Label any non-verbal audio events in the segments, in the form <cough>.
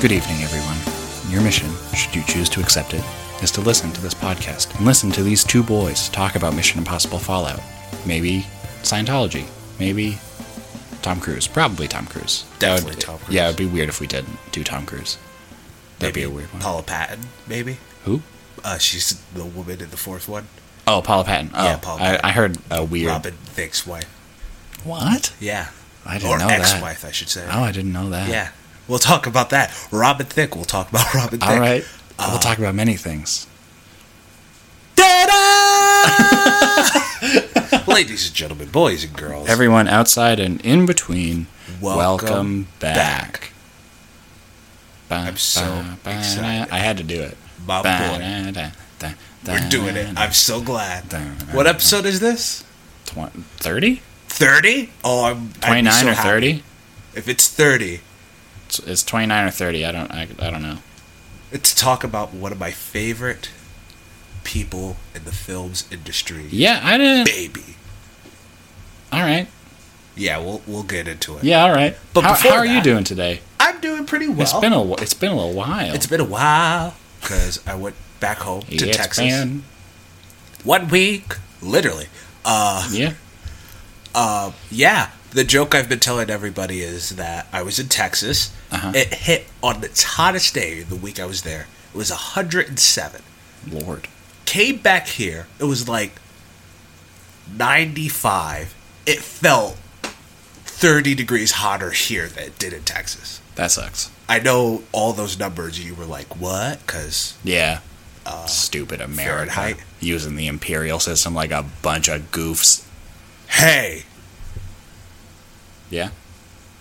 Good evening, everyone. Your mission, should you choose to accept it, is to listen to this podcast and listen to these two boys talk about Mission Impossible Fallout. Maybe Scientology. Maybe Tom Cruise. Probably Tom Cruise. That would- Definitely Tom Cruise. Yeah, it would be weird if we didn't do Tom Cruise. That'd be a weird one. Paula Patton, maybe. Who? Uh, she's the woman in the fourth one. Oh, Paula Patton. Oh, Yeah, Paula Patton. I, I heard a weird. Robin Thicke's wife. What? Yeah. I didn't or know that. ex-wife, I should say. Oh, I didn't know that. Yeah. We'll talk about that. Robin Thicke. We'll talk about <laughs> Robin Thicke. All right. Oh. we'll talk about many things. <laughs> Ta-da! Ladies and gentlemen, boys and girls. Everyone outside and in between, welcome, Welcome back. back. Ba- I'm so ba- ba- excited. I had to do it. My Ba- boy. da- da- da- We're da- doing it. da- I'm so glad. da- What da- episode is this? Twen- 30? 30? Oh, I'm I'd be 29 so or happy. 30? If it's 30, It's, it's 29 or 30. I don't I, I don't know. it's talk about one of my favorite people in the films industry. Yeah, I didn't. Baby. All right. Yeah, we'll we'll get into it. Yeah, all right. But how, before how are you that- doing today? I'm doing pretty well. it's been a wh- it's been a little while. It's been a while because I went back home to It's Texas. been- One week, literally. Uh, <laughs> yeah. yeah. The joke I've been telling everybody is that I was in Texas. Uh-huh. It hit on its hottest day the week I was there. It was 107. Lord. Came back here. It was like 95. It felt 30 degrees hotter here than it did in Texas. That sucks. I know all those numbers. You were like, what? uh, Because Yeah. Stupid America Fahrenheit. using the imperial system like a bunch of goofs. Hey, Yeah,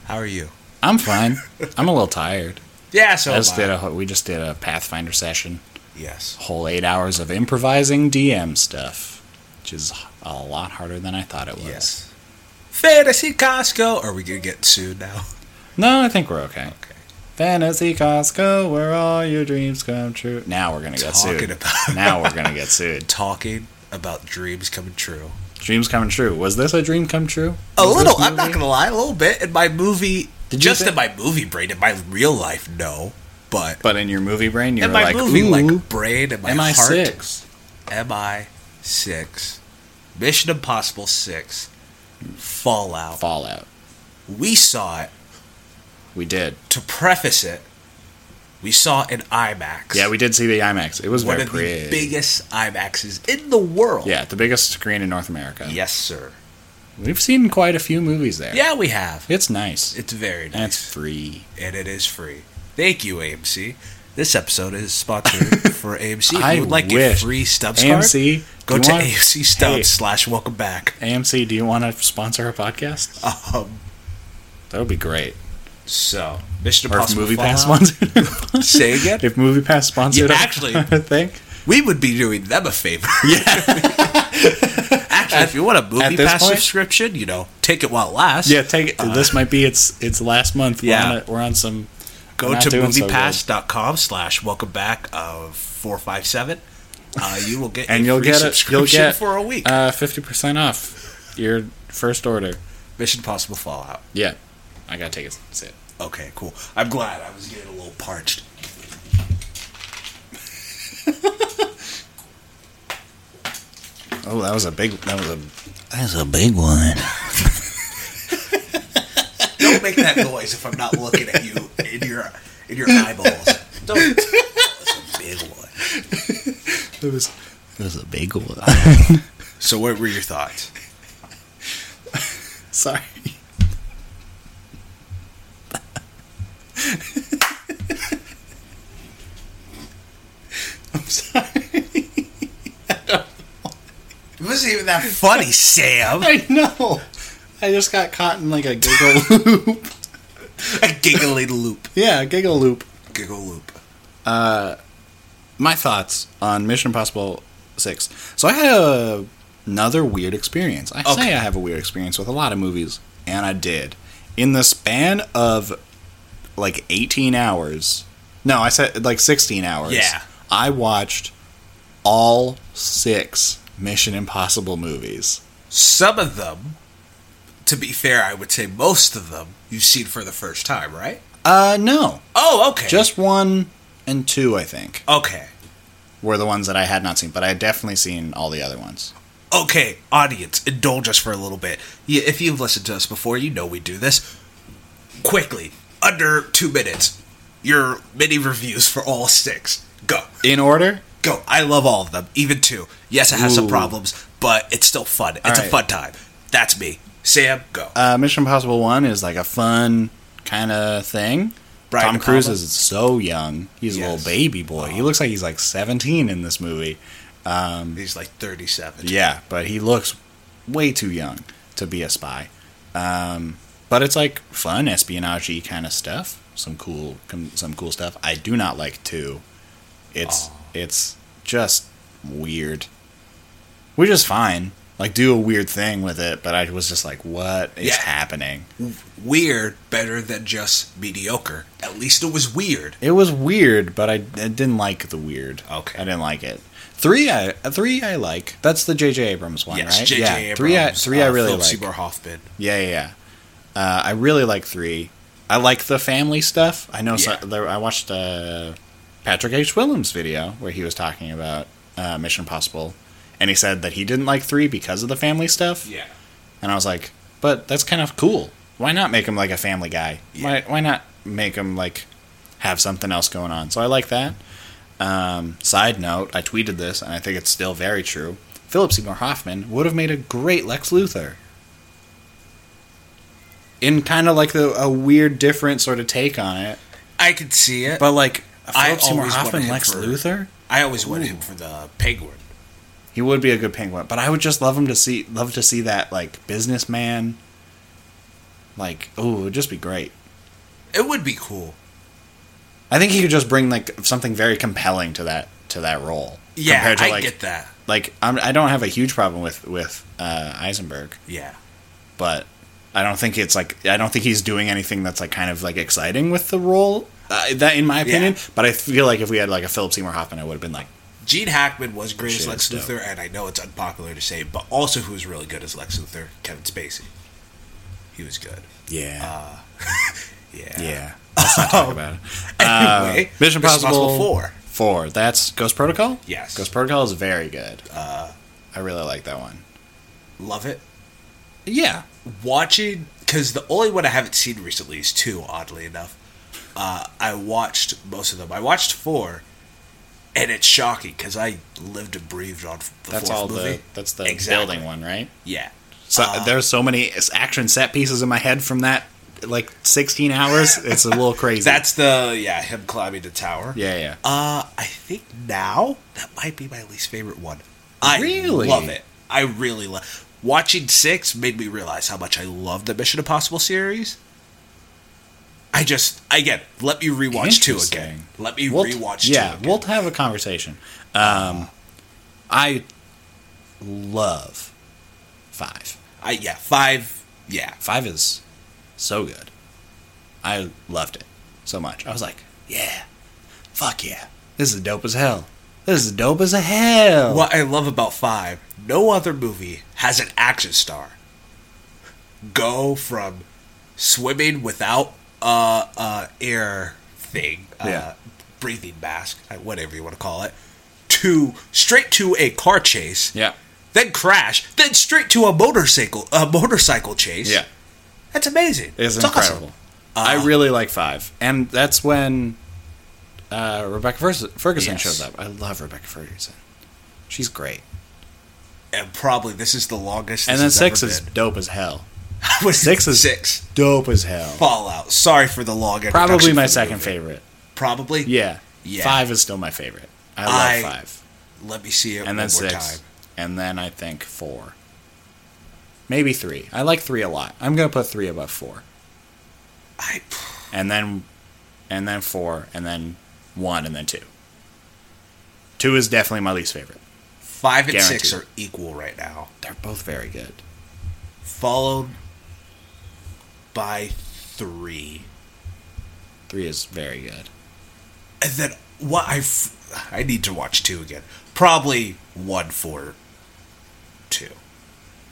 how are you? oh I'm fine. I'm a little <laughs> tired. Yeah, so I just am I. did a, we just did a Pathfinder session, yes. whole eight hours of improvising DM stuff, which is a lot harder than I thought it was. Yes. Fantasy Costco. Are we gonna get sued now? No, I think we're okay. Okay. Fantasy Costco, where all your dreams come true. Now we're gonna get Talking sued. <laughs> about- now we're gonna get sued. <laughs> Talking about dreams coming true. Dreams coming true. Was this a dream come true? A Was this little. I'm movie? not gonna lie. A little bit in my movie. Did you just think- in my movie brain. In my real life, no. But But in your movie brain, you're in my like, movie, ooh, like brain, in my am I heart, six? MI six, Mission Impossible six, Fallout. Fallout. We saw it. We did. To preface it, we saw it in IMAX. Yeah, we did see the IMAX. It was one very of pretty. the biggest IMAXs in the world. yeah, the biggest screen in North America. Yes, sir. We've seen quite a few movies there. Yeah, we have. It's nice. It's very and nice. it's free. and it is free. Thank you, AMC. This episode is <laughs> sponsored for AMC. If I you would like wish. a free Stubbs AMC, card, go do you to want- AMC Stubbs Hey. slash welcome back. AMC, do you want to sponsor our podcast? Um, That would be great. so, Mission Or if Impossible Movie Pass Fallout. sponsored. Say again? <laughs> if Movie Pass sponsored, Yeah, us, <laughs> actually- I think We would be doing them <laughs> a favor. Yeah. <laughs> Actually, if you want a at movie this pass point- subscription, you know, take it while it lasts. yeah. Take it. this might be its its last month. We're Uh, Yeah. on, a, we're on some. go we're not to doing so good. moviepass.com slash welcome back of 457 uh, you will <laughs> get and a you'll free get it. You'll subscription get for a week Uh, Fifty percent off your first order. mission possible fallout Yeah, I gotta take a sip. okay cool i'm glad i was getting a little parched Oh, that was a big. That was a that's a big one don't make that noise if i'm not looking at you in your in your eyeballs don't that's a big one It was it was a big <laughs> one. so what were your thoughts Sorry. I'm sorry. it wasn't even that funny sam <laughs> I know. I just got caught in like a giggle <laughs> loop. a giggly loop Yeah, a giggle loop. giggle loop My thoughts on Mission Impossible 6. So I had a, another weird experience. I say Okay. I have a weird experience with a lot of movies, and I did. In the span of like 18 hours. No, I said like 16 hours. Yeah. I watched all six Mission Impossible movies. some of them, to be fair, I would say most of them you've seen for the first time, right? Uh, no. Oh, okay. Just one and two, I think, okay. were the ones that I had not seen, but I had definitely seen all the other ones. Okay, audience, indulge us for a little bit. Yeah, if you've listened to us before, you know we do this quickly, under two minutes. Your mini reviews for all six. Go, In order? go. I love all of them, even two. Yes, I have some Ooh. problems, but it's still fun. It's a right. fun time. That's me. Sam, go. Uh, Mission Impossible 1 is like a fun kind of thing. Brian Tom De Cruise Palma. is so young. He's a Yes. little baby boy. He looks like he's like 17 in this movie. He's like 37. Yeah, but he looks way too young to be a spy. Um, but it's like fun espionage kind of stuff. Some cool, com- some cool stuff. I do not like two. It's it's just weird. Which is fine. Like do a weird thing with it, but I was just like, what is Yeah. happening? Weird, better than just mediocre. At least it was weird. It was weird, but I, I didn't like the weird. Okay. I didn't like it. Three, I three I like. That's the J.J. Abrams one, Yes, right? J.J. yeah, Abrams. three, I, three I uh, really Philip like. Seymour Hoffman. Yeah, yeah, yeah. Uh, I really like three. I like the family stuff. I know. Yeah. so- there, I watched uh, Patrick H. Willems' video where he was talking about uh, Mission Impossible, and he said that he didn't like three because of the family stuff. Yeah. And I was like, but that's kind of cool. Why not make him like a family guy? Why why not make him like have something else going on? So I like that. Um, side note, I tweeted this and I think it's still very true. Philip Seymour Hoffman would have made a great Lex Luthor. In kind of like the, a weird, different sort of take on it, I could see it. but like a I Philip Seymour always wanted Hoffman him Lex for- Luthor, I always wanted him for the penguin. he would be a good penguin. But I would just love him to see, love to see that like businessman. Like, oh, it would just be great. It would be cool. I think he could just bring like something very compelling to that to that role. Yeah, to I like get that. like I'm, I don't have a huge problem with with uh, Eisenberg, Yeah. but I don't think it's like I don't think he's doing anything that's like kind of like exciting with the role. Uh, that in my opinion, Yeah. but I feel like if we had like a Philip Seymour Hoffman, I would have been like, Gene Hackman was great Shit, as Lex it's dope. Luthor, and I know it's unpopular to say, but also who was really good as Lex Luthor? Kevin Spacey. He was good. Uh, yeah, <laughs> Yeah. yeah. Let's not talk about it. Oh. <laughs> Uh, Anyway, Mission Impossible Four. Four. That's Ghost Protocol. Yes. Ghost Protocol is very good. Uh, I really like that one. Love it. Yeah, Watching, because the only one I haven't seen recently is two, oddly enough. Uh, I watched most of them. I watched four, and it's shocking because I lived and breathed on the that's fourth all movie. the that's the Exactly. Uh, building one, right? yeah. So there's so many s- action set pieces in my head from that like 16 hours. It's a little crazy. <laughs> That's the yeah him climbing the tower. yeah, yeah. Uh, I think now that might be my least favorite one. I Really? love it. I really love watching six made me realize how much I love the Mission Impossible series. I just again let me rewatch two Interesting. again. Let me We'll- rewatch Yeah, two. Again. we'll have a conversation. Um, I love five. I, yeah five. Yeah, Five is so good. I loved it so much. I was like, yeah, fuck yeah, this is dope as hell. This is dope as a hell. What I love about Five, no other movie has an action star go from swimming without uh, uh, air thing, uh, Yeah. breathing mask, uh, whatever you want to call it, to straight to a car chase, Yeah, then crash, then straight to a motorcycle a motorcycle chase. yeah. that's amazing. It's, awesome. incredible. I really like five, and that's when uh, Rebecca Ferguson, Ferguson Yes. shows up. I love Rebecca Ferguson; she's great. Uh, And probably this is the longest. And this then has six ever is been. <laughs> dope as hell. What Six is six. dope as hell. Fallout. Sorry for the long. Probably introduction my for the second movie. favorite. Probably. Yeah. Yeah. five is still my favorite. I love I- five, Let me see it and one then more six, time. and then I think four, maybe three. I like three a lot. I'm gonna put three above four, I and then, and then four, and then one, and then two. Two is definitely my least favorite. five and Guaranteed. six are equal right now, They're both very good. followed by three, Three is very good. and then what I f- I need to watch two again. Probably one for two.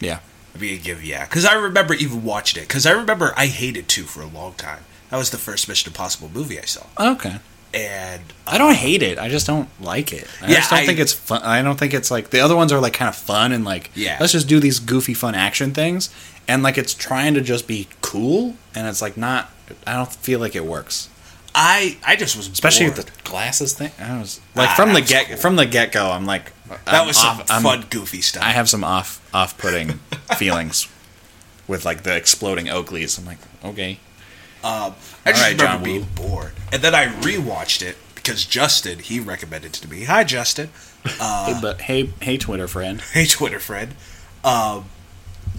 Yeah. I'd be a give yeah. Because I remember even watching it. Because I remember I hated 2 for a long time. That was the first Mission Impossible movie I saw. Okay. And I don't hate it. I just don't like it. I Yeah, just don't I- think it's fun. I don't think it's like the other ones are like kind of fun and like Yeah. let's just do these goofy fun action things and like it's trying to just be cool and it's like not I don't feel like it works. I I just was Especially bored. with the glasses thing. I was like Ah, from the that was get cool. from the get go I'm like that I'm was some off- I'm- fun goofy stuff. I have some off off <laughs> putting feelings with like the exploding Oakleys. I'm like, okay. I just All right, remember John being Woo. bored. And then I rewatched it because Justin, he recommended it to me. Hi, Justin. <laughs> hey, but hey hey Twitter friend. Hey, Twitter friend. Um,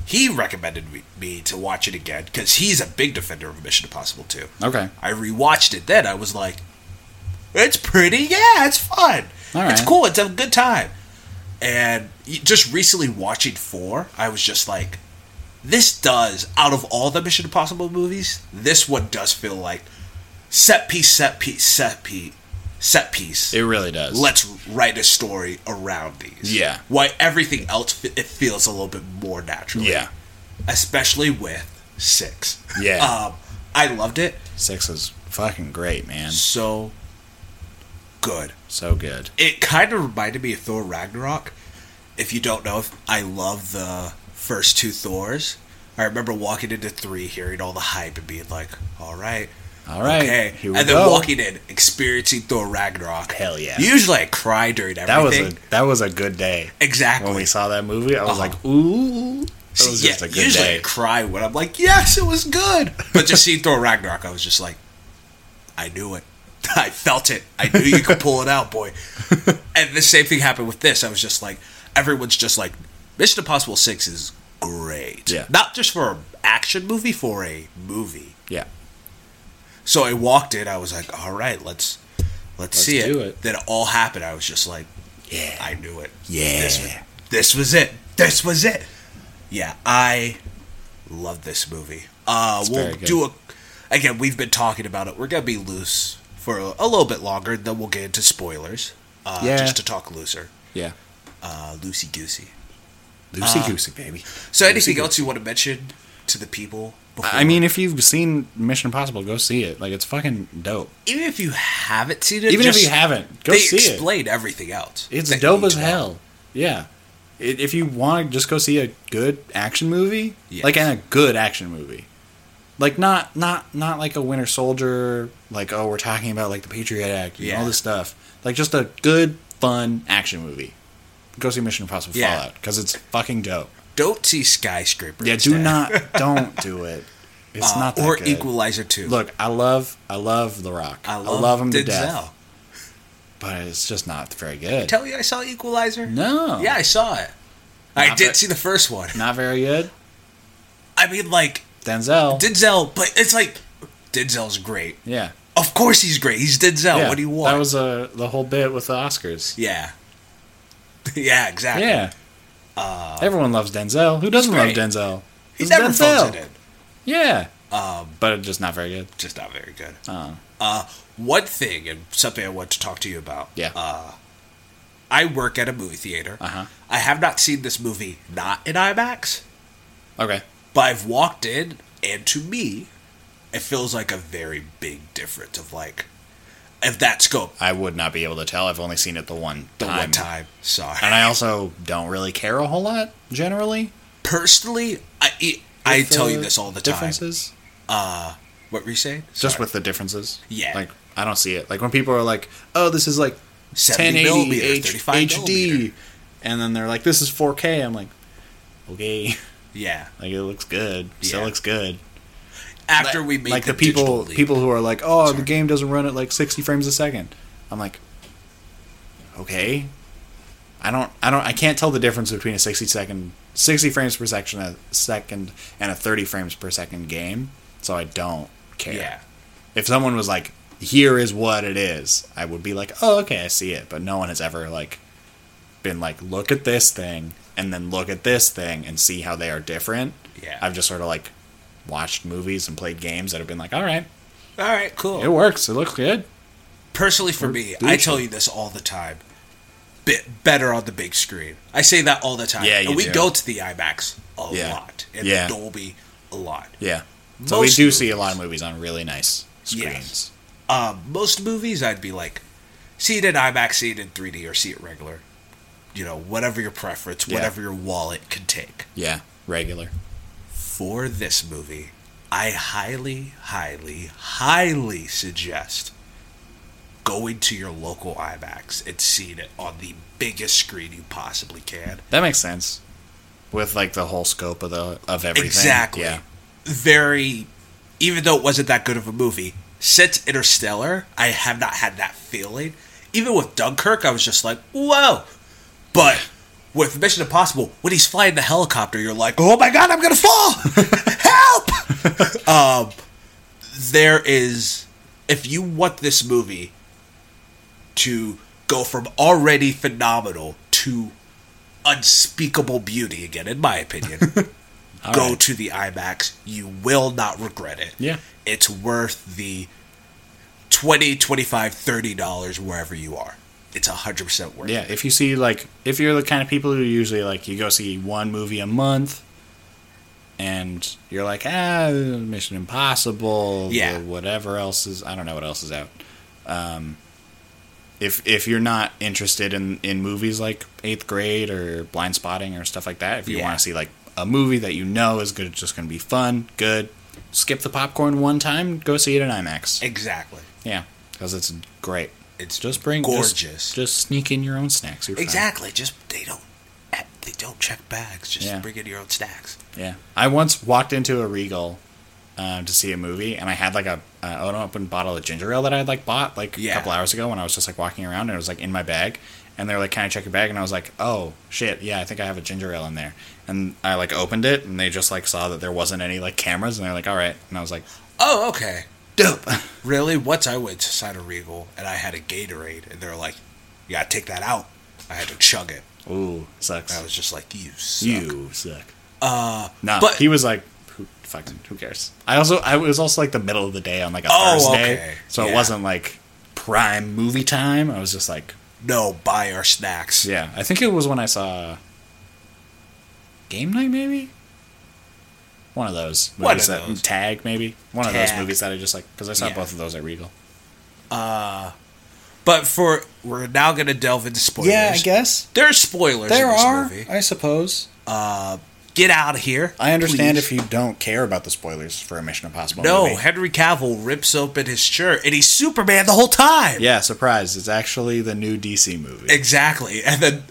he recommended me, me to watch it again because he's a big defender of Mission Impossible 2. Okay. I rewatched it then. I was like, it's pretty. Yeah, it's fun. All It's right. cool. It's a good time. And y- just recently watching 4, I was just like, this does, out of all the Mission Impossible movies, this one does feel like set piece, set piece, set piece, set piece It really does. let's write a story around these. Yeah. Why everything else fe- it feels a little bit more natural. yeah. Especially with six. Yeah. Um, I loved it Six is fucking great, man. so good. So good. It kind of reminded me of Thor Ragnarok. If you don't know, if I love the first two Thors. I remember walking into three, hearing all the hype, and being like, "All right, All right. okay," Here we and then go. walking in, experiencing Thor Ragnarok. Hell yeah. Usually, I cry during everything. that was a that was a good day. exactly When we saw that movie, I was Uh-huh. like, ooh. That was See, just yeah, a good usually day. I cry when I'm like, yes, it was good. But just seeing Thor Ragnarok, I was just like, I knew it. <laughs> I felt it. I knew you could pull it <laughs> out, boy. And the same thing happened with this. I was just like, everyone's just like, Mission Impossible 6 is great. Yeah. Not just for an action movie, for a movie. Yeah. So I walked in. I was like, all right, let's, let's, see do it. it. Then it all happened. I was just like, Yeah. I knew it. Yeah. This, was- this was it. This was it. Yeah, I love this movie. Uh, we'll very good. do a. Again, we've been talking about it. We're going to be loose for a, a little bit longer, then we'll get into spoilers. Uh, Yeah. Just to talk looser. yeah. Uh, loosey goosey. Loosey goosey, baby. So, anything else you want to mention to the people? Before? I mean, if you've seen Mission Impossible, go see it. Like, it's fucking dope. even if you haven't seen it, Even just- if you haven't, go they see it. explain everything else. It's that you dope need as to know. hell. Yeah. I if you want to just go see a good action movie, Yes. like and a good action movie, like not not not like a Winter Soldier, like oh we're talking about like the Patriot Act and Yeah. all this stuff, like just a good fun action movie. Go see Mission Impossible Yeah. Fallout because it's fucking dope. Don't see Skyscraper. Yeah, do instead. <laughs> not don't do it. It's Uh, not that or good. Equalizer 2. Look, I love I love The Rock. I love, him to death, but it's just not very good. Tell you I saw Equalizer? no, Yeah, I saw it. I Not did ve- see the first one. not very good. I mean, like, Denzel, Denzel, but it's like, Denzel's great. yeah. Of course he's great. He's Denzel. Yeah, Oh, What do you want? That was uh, the whole bit with the Oscars. yeah. <laughs> yeah, exactly. Uh, Yeah. Everyone loves Denzel. Who doesn't love great. Denzel? He It's never phones it in. Yeah. Um, But it's just not very good. just not very good. Oh. Uh, one thing, and something I want to talk to you about. Yeah. Uh, I work at a movie theater. Uh-huh. I have not seen this movie not in IMAX. Okay. But I've walked in, and to me, it feels like a very big difference of like, if that scope, I would not be able to tell. I've only seen it the one the time. one time, sorry. And I also don't really care a whole lot, generally. Personally, I it, I with tell you this all the time. Differences. What were you saying? Just with the differences. Yeah. Like, I don't see it. Like, when people are like, oh, this is like 1080 70 millimeter, H- 35 HD. millimeter. And then they're like, this is 4K. I'm like, okay. Yeah. Like, it looks good. Still Yeah. looks good. After like- we made like the, digital people leap. people who are like, oh, Sorry. the game doesn't run at like sixty frames a second. I'm like, okay, I don't, I don't, I can't tell the difference between a sixty second, sixty frames per second, a second, and a thirty frames per second game. So I don't care. Yeah. If someone was like, here is what it is, I would be like, oh, okay, I see it. But no one has ever like been like, look at this thing and then look at this thing and see how they are different. Yeah. I've just sort of like watched movies and played games that have been like, all right, All right, cool. it works. It looks good. Personally, for me, I digital. tell you this all the time. bit better on the big screen. I say that all the time. Yeah, you and we do. go to the IMAX a Yeah. lot and Yeah. the Dolby a lot. Yeah. So we Most do see a movies. lot of movies on really nice screens. Yes. Um, most movies, I'd be like, see it in IMAX, see it in 3D, or see it regular. You know, whatever your preference, Yeah. whatever your wallet can take. Yeah. Regular. For this movie, I highly, highly, highly suggest going to your local IMAX and seeing it on the biggest screen you possibly can. That makes sense. With like the whole scope of the of everything. Exactly. Yeah. Very, even though it wasn't that good of a movie, since Interstellar, I have not had that feeling. Even with Dunkirk, I was just like, whoa. But with Mission Impossible, when he's flying the helicopter, you're like, oh my God, I'm going to fall. <laughs> Help. um, there is, if you want this movie to go from already phenomenal to unspeakable beauty again, in my opinion. <laughs> All go right. to the IMAX. You will not regret it. Yeah. It's worth the 20 25 30 dollars wherever you are. It's 100% worth Yeah. it. If you see like if you're the kind of people who usually like you go see one movie a month and you're like, ah, Mission Impossible, the Yeah. whatever else is I don't know what else is out. Um if if you're not interested in, in movies like eighth grade or blind spotting or stuff like that, if you Yeah. want to see like a movie that you know is good just gonna be fun, good, skip the popcorn one time, go see it in IMAX. Exactly. Yeah, because it's great. It's Just bring just- gorgeous. Just, sneak in your own snacks. You're fine. Exactly. Just they don't eh, they don't check bags. Just Yeah. bring in your own snacks. Yeah. I once walked into a Regal uh, to see a movie, and I had like a uh, an open bottle of ginger ale that I had like bought like a Yeah. couple hours ago when I was just like walking around, and it was like in my bag. And they were like, "Can I check your bag?" And I was like, "Oh shit, yeah, I think I have a ginger ale in there." And I like opened it, and they just like saw that there wasn't any like cameras, and they're like, "All right." And I was like, Oh, okay. "Dope." Really? Once I went to Cider Regal and I had a Gatorade and they're like, "You got to take that out." I had to chug it. Ooh, <laughs> sucks. I was just like, "You suck." You suck. Uh, No, but he was like, who, fucking, who cares? I also, I it was also like the middle of the day on like a Oh, Thursday, okay. so it Yeah. wasn't like prime movie time. I was just like, no, buy our snacks. yeah, I think it was when I saw Game Night, maybe one of those movies One of that those. Tag, maybe one of those Tag. movies that I just like because I saw Yeah. both of those at Regal. But for we're now gonna delve into spoilers. guess there are spoilers in this movie. Uh, I suppose. Get out of here. I understand please. if you don't care about the spoilers for a Mission Impossible. No, movie. Henry Cavill rips open his shirt and he's Superman the whole time. yeah, surprise! It's actually the new DC movie. Exactly. And then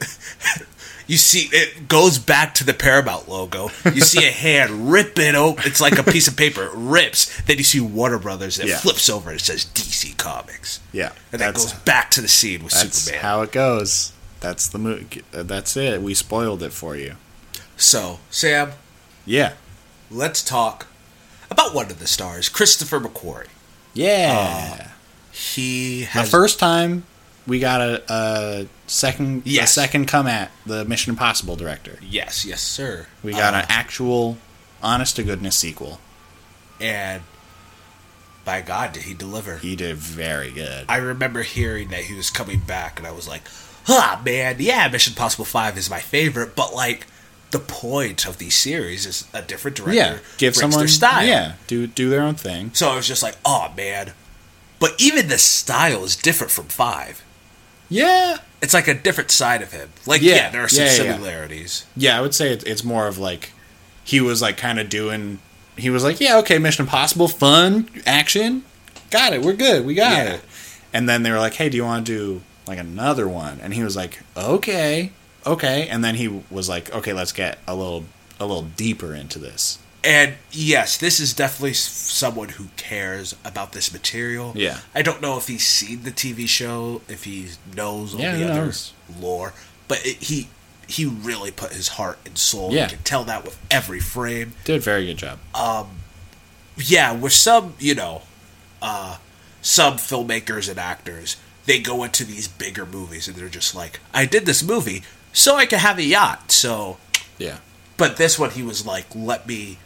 <laughs> you see it goes back to the Paramount logo. You see a hand rip it open. It's like a piece of paper. It rips. Then you see Warner Brothers. It Yeah. flips over and it says DC Comics. yeah, And that goes back to the scene with That's Superman. how it goes. That's the mo- That's it. We spoiled it for you. so, Sam, Yeah. let's talk about one of the stars, Christopher McQuarrie. Yeah. the He Oh. has first time we got a, a second Yes. a second come at the Mission Impossible director. yes, yes, sir. We got Uh, an actual honest to goodness sequel. and by God, did he deliver? He did very good. I remember hearing that he was coming back, and I was like, "Ah, man, yeah, Mission Impossible Five is my favorite, but like." The point of these series is a different director yeah. Give brings someone their style. Yeah. Do do their own thing. So I was just like, "Oh man!" But even the style is different from Five. Yeah. It's like a different side of him. Like, Yeah. yeah, there are some Yeah, yeah, yeah. similarities. Yeah, I would say it, it's more of like he was like kind of doing. He was like, yeah, okay, Mission Impossible, fun action, got it, we're good, we got Yeah. it. And then they were like, hey, do you want to do like another one? And he was like, okay, okay. And then he was like, okay, let's get a little a little deeper into this. And yes, this is definitely s- someone who cares about this material. Yeah. I don't know if he's seen the TV show, if he knows all Yeah, the who other knows? lore, but it, he he really put his heart and soul. Yeah. You can tell that with every frame. Did a very good job. Yeah, with some, you know, uh, some filmmakers and actors, they go into these bigger movies and they're just like, I did this movie so I could have a yacht. So, yeah, but this one he was like, let me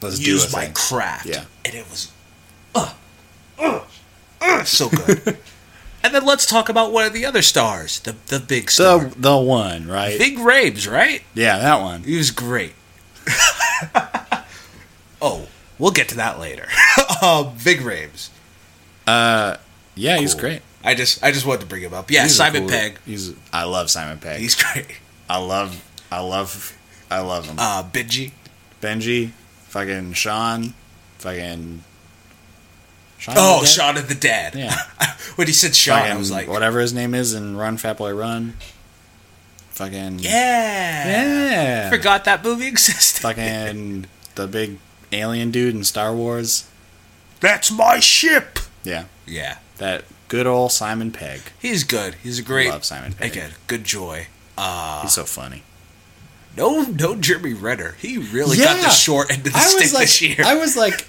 let's use a my thing. craft. Yeah. <laughs> And it was uh, uh, uh, so good. And then let's talk about one of the other stars, the the big star, The the one, right? Big Raves, right? <laughs> yeah, that one. He <laughs> was great. oh, we'll get to that later. <laughs> um, Big Raves. Yeah, he's great. I just I just wanted to bring him up. Yeah, He's a Simon cool- Pegg. He's I love Simon Pegg. He's great. I love I love I love him. Uh, Benji. Benji, fucking Sean, fucking Sean. Oh, Depp? Shaun of the Dead. <laughs> Yeah. when he said Shaun, Fucking I was like, whatever his name is in Run Fat Boy Run. Fucking yeah. yeah. Forgot that movie existed. Fucking the big alien dude in Star Wars. That's my ship. Yeah, Yeah. that good old Simon Pegg. He's good. He's a great. Love Simon Pegg. Again, good joy. Uh, He's so funny. No, no, Jeremy Renner. He really got Yeah. the short end of the I stick was like, this year. I was like,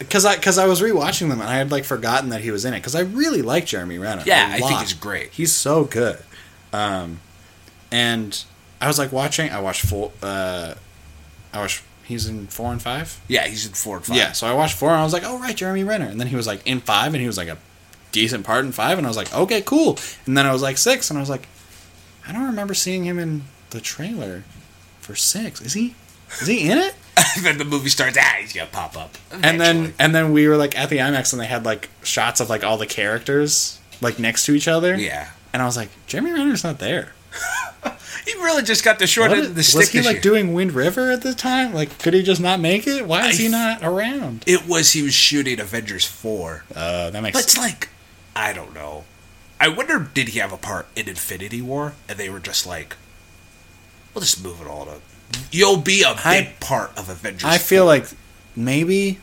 because I because I was rewatching them and I had like forgotten that he was in it because I really like Jeremy Renner. Yeah, a I think lot. he's great. He's so good. Um, and I was like watching. I watched four. Uh, I watched. He's in four and five. <laughs> yeah, he's in four and five. Yeah, so I watched four and I was like, oh right, Jeremy Renner. And then he was like in five and he was like a decent part in five and I was like, okay, cool. And then I was like six and I was like, I don't remember seeing him in the trailer for six. Is he? Is he in it? <laughs> then the movie starts. Ah, he's gonna pop up. and eventually. then and then we were like at the IMAX and they had like shots of like all the characters like next to each other. yeah, And I was like, Jeremy Renner's not there. he really just got the short What end is- of the stick. was he this like year. doing Wind River at the time? Like, could he just not make it? Why is I- he not around? it was he was shooting Avengers four, Uh, that makes but it's like I don't know. I wonder did he have a part in Infinity War, and they were just like, we'll just move it all to. You'll be a big I- part of Avengers. I feel like maybe,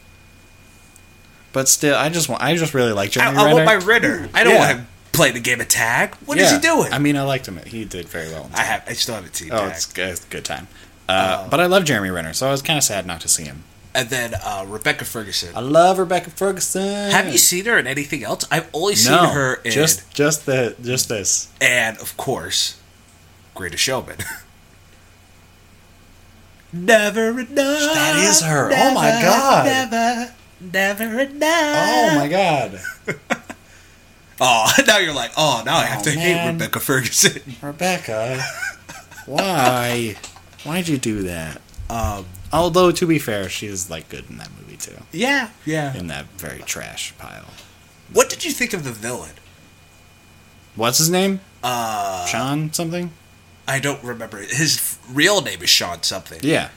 but still, I just want. I just really like Jeremy I, I Renner. want my Ritter. I don't Yeah. want him playing the game of tag. What is he Yeah. doing? I mean, I liked him. He did very well. in I Oh. have. I still haven't seen Oh, tag. it's, good- it's a good time. Uh, but I love Jeremy Renner, so I was kind of sad not to see him. And then uh, Rebecca Ferguson. I love Rebecca Ferguson. Have you seen her in anything else? I've only seen no, her in just just the just this. and of course, Greatest Showman. <laughs> never enough. That is her. Oh my God. Never, never enough. Oh my god, Oh, <laughs> now you're like, oh, now I have Oh, to hate man. Rebecca Ferguson. <laughs> Rebecca, why why'd you do that? Um, Although to be fair, she is like good in that movie too, yeah, yeah. in that very trash pile. What did you think of the villain? What's his name? Uh, Sean something. I don't remember. His f- real name is Sean something. Yeah,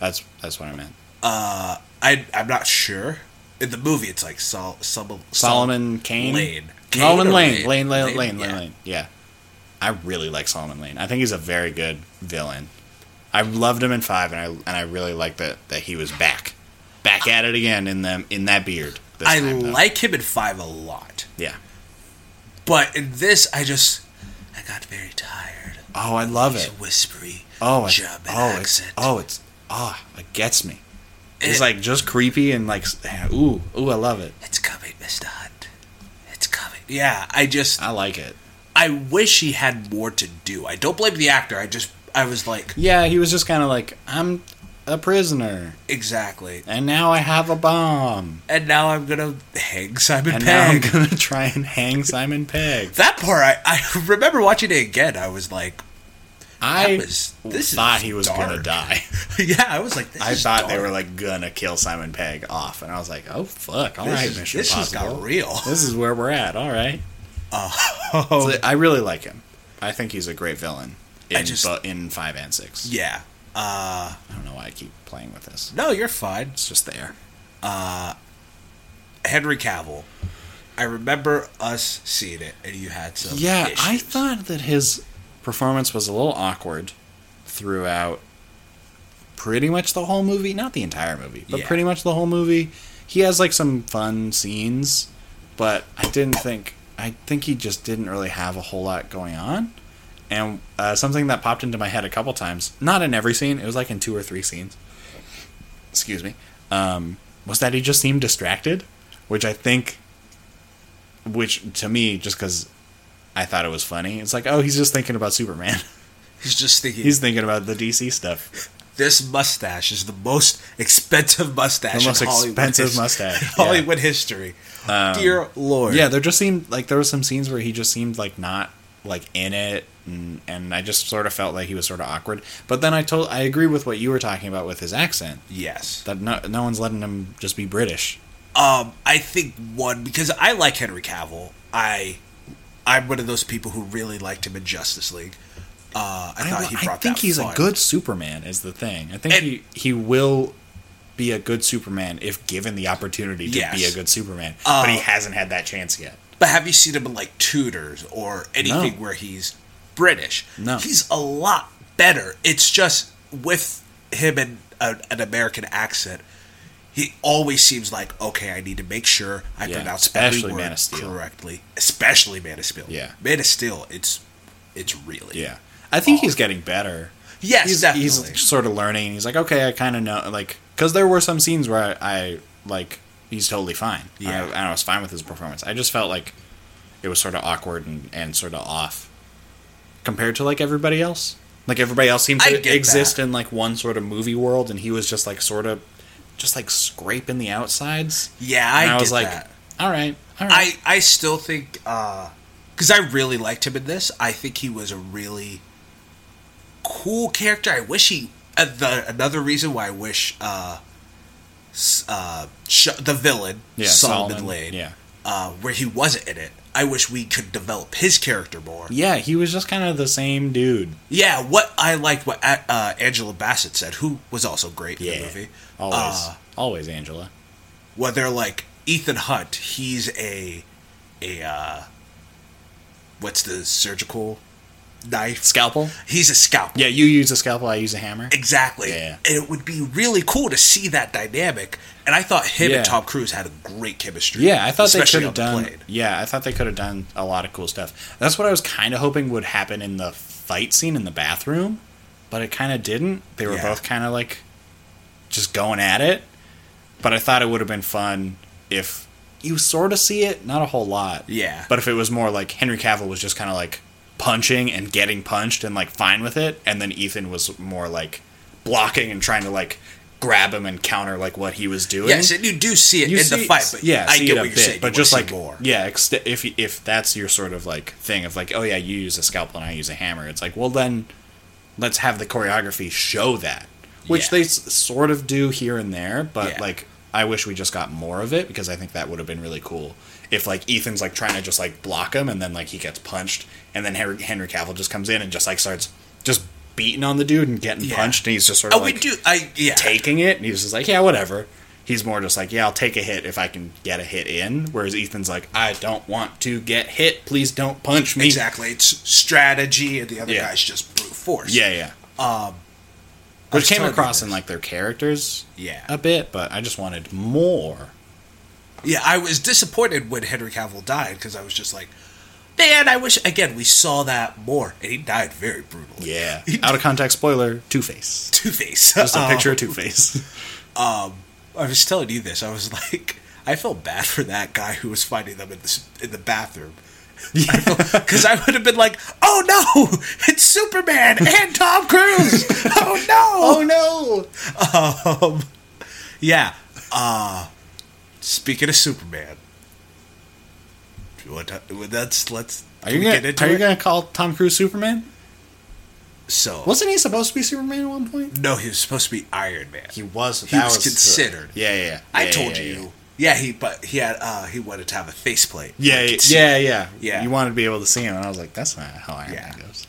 that's that's what I meant. I I'm not sure. In the movie, it's like Sol, Sol, Solomon Kane. Lane. Kane Solomon or Lane. Lane. Lane. Lane, Lane. Lane. yeah. Lane. Yeah. I really like Solomon Lane. I think he's a very good villain. I loved him in five, and I and I really like that that he was back, back at it again in them in that beard. This I time, though. like him in five a lot, Yeah. but in this, I just I got very tired. Oh, I love It's it. a whispery Oh, I, German oh, it's, accent. oh, it's oh, it gets me. It- It's like just creepy and like s- ooh, ooh, I love it. it's coming, Mister Hunt. It's coming. Yeah, I just I like it. I wish he had more to do. I don't blame the actor. I just I was like Yeah, he was just kind of like I'm a prisoner, exactly, and now I have a bomb. and now I'm gonna hang Simon And now I'm Pegg. gonna try and hang Simon Pegg. that part, I, I <laughs> remember watching it again. I was like, I was- this is thought he was gonna dark. <laughs> die. yeah, I was like, this I is thought they dark. were like gonna kill Simon Pegg off, and I was like, oh fuck, all right, This is- Mission this has got Impossible. real. <laughs> This is where we're at. All right. Oh, I really like him. I think he's a great villain. In, I just- bu- in five and six. Yeah. Uh, I don't know why I keep playing with this. no, you're fine. It's just there. Henry Cavill. I remember us seeing it, and you had some. Yeah, I issues. thought that his performance was a little awkward throughout pretty much the whole movie. Not the entire movie, but Yeah. pretty much the whole movie. He has like some fun scenes, but I didn't think I think he just didn't really have a whole lot going on. And uh, something that popped into my head a couple times, not in every scene, it was like in two or three scenes. Excuse me. Um, was that he just seemed distracted, which I think, which to me, just because I thought it was funny. It's like, oh, he's just thinking about Superman. <laughs> he's just thinking. he's thinking about the DC stuff. This mustache is the most <laughs> expensive mustache. The most in Hollywood expensive his- mustache, <laughs> in yeah. Um, Hollywood history. Dear Lord. Yeah, there just seemed like there were some scenes where he just seemed like not like in it, and and I just sort of felt like he was sort of awkward. But then I told I agree with what you were talking about with his accent Yes. that no no one's letting him just be British. Um, I think one because I like Henry Cavill. I, I'm one of those people who really liked him in Justice League. Uh, I, I, thought he I brought. think that he's fun. a good Superman is the thing. I think And- he he will be a good Superman if given the opportunity to Yes. Uh, be a good Superman, but he hasn't had that chance yet. But have you seen him in like Tudors or anything No. where he's British? No. He's a lot better. It's just with him and a, an American accent, he always seems like, okay, I need to make sure I Yeah, pronounce especially every word Man of Steel. correctly. Especially Man of Steel. Yeah. Man of Steel, it's it's really Yeah, I think he's getting better. Yes, he's, definitely. He's sort of learning. and He's like, okay, I kind of know, like, because there were some scenes where I, I like, he's totally fine. Yeah. I, I was fine with his performance. I just felt like it was sort of awkward and, and sort of off compared to like everybody else. Like everybody else seemed I to get exist that. in like one sort of movie world, and he was just like sort of, just like scraping the outsides. Yeah, I, and I was get like, that. all right, all right. I I still think because I really liked him in this. I think he was a really cool character. I wish he uh, the another reason why I wish uh, s- uh, sh- the villain yeah, Solomon, Solomon. Lane, Yeah, uh, where he wasn't in it. I wish we could develop his character more. yeah. He was just kind of the same dude. Yeah, what I liked what A- uh, Angela Bassett said, who was also great in Yeah, the movie. always, Uh, always Angela. where they're like Ethan Hunt, he's a a uh, what's the surgical knife? Scalpel? He's a scalpel. Yeah, you use a scalpel, I use a hammer. Exactly. Yeah. And it would be really cool to see that dynamic. And I thought him Yeah. and Tom Cruise had a great chemistry. Yeah, I thought they especially could have on done the plane. Yeah, I thought they could have done a lot of cool stuff. That's what I was kind of hoping would happen in the fight scene in the bathroom, but it kind of didn't. They were Yeah. both kind of like just going at it. But I thought it would have been fun if you sort of see it, not a whole lot. Yeah. But if it was more like Henry Cavill was just kind of like punching and getting punched and like fine with it, and then Ethan was more like blocking and trying to like grab him and counter like what he was doing. Yes, and you do see it in the fight, but yeah, I see get it a what you're bit, saying. You But wanna just see like more. yeah, ext- if if that's your sort of like thing of like, oh yeah, you use a scalpel and I use a hammer. It's like, well then, let's have the choreography show that, which Yeah. they s- sort of do here and there. But Yeah. like, I wish we just got more of it because I think that would have been really cool. If like Ethan's like trying to just like block him and then like he gets punched and then Henry, Henry Cavill just comes in and just like starts just beating on the dude and getting Yeah. punched and he's just sort Oh, of like we do. I yeah. taking it, and he's just like, yeah, whatever. He's more just like, yeah, I'll take a hit if I can get a hit in. Whereas Ethan's like, I don't want to get hit. Please don't punch me. exactly. It's strategy, and the other Yeah. guy's just brute force. Yeah, yeah. Um, I Which was came telling you across in this. like their characters, Yeah. a bit. But I just wanted more. Yeah, I was disappointed when Henry Cavill died because I was just like, man, I wish again we saw that more. And he died very brutally. Yeah. <laughs> Out of context spoiler. Two Face. Two Face. Just a picture of Two Face. <laughs> I was telling you this. I was like, I felt bad for that guy who was finding them in the s- in the bathroom. Because I would have been like, oh no, it's Superman and Tom Cruise. Oh <laughs> no. no. Um, <laughs> yeah. Uh, speaking of Superman, do you want to, well, that's let's Are can you we gonna get into Are you it? gonna call Tom Cruise Superman? So Wasn't he supposed to be Superman at one point? no, he was supposed to be Iron Man. He was. He was considered. yeah, yeah, yeah. I Yeah, told yeah, yeah. you. Yeah, he but he had uh he wanted to have a faceplate. Yeah, Like, yeah, it's- yeah, yeah, Yeah. You wanted to be able to see him, and I was like, "That's not how Iron Yeah. Uh, Man goes.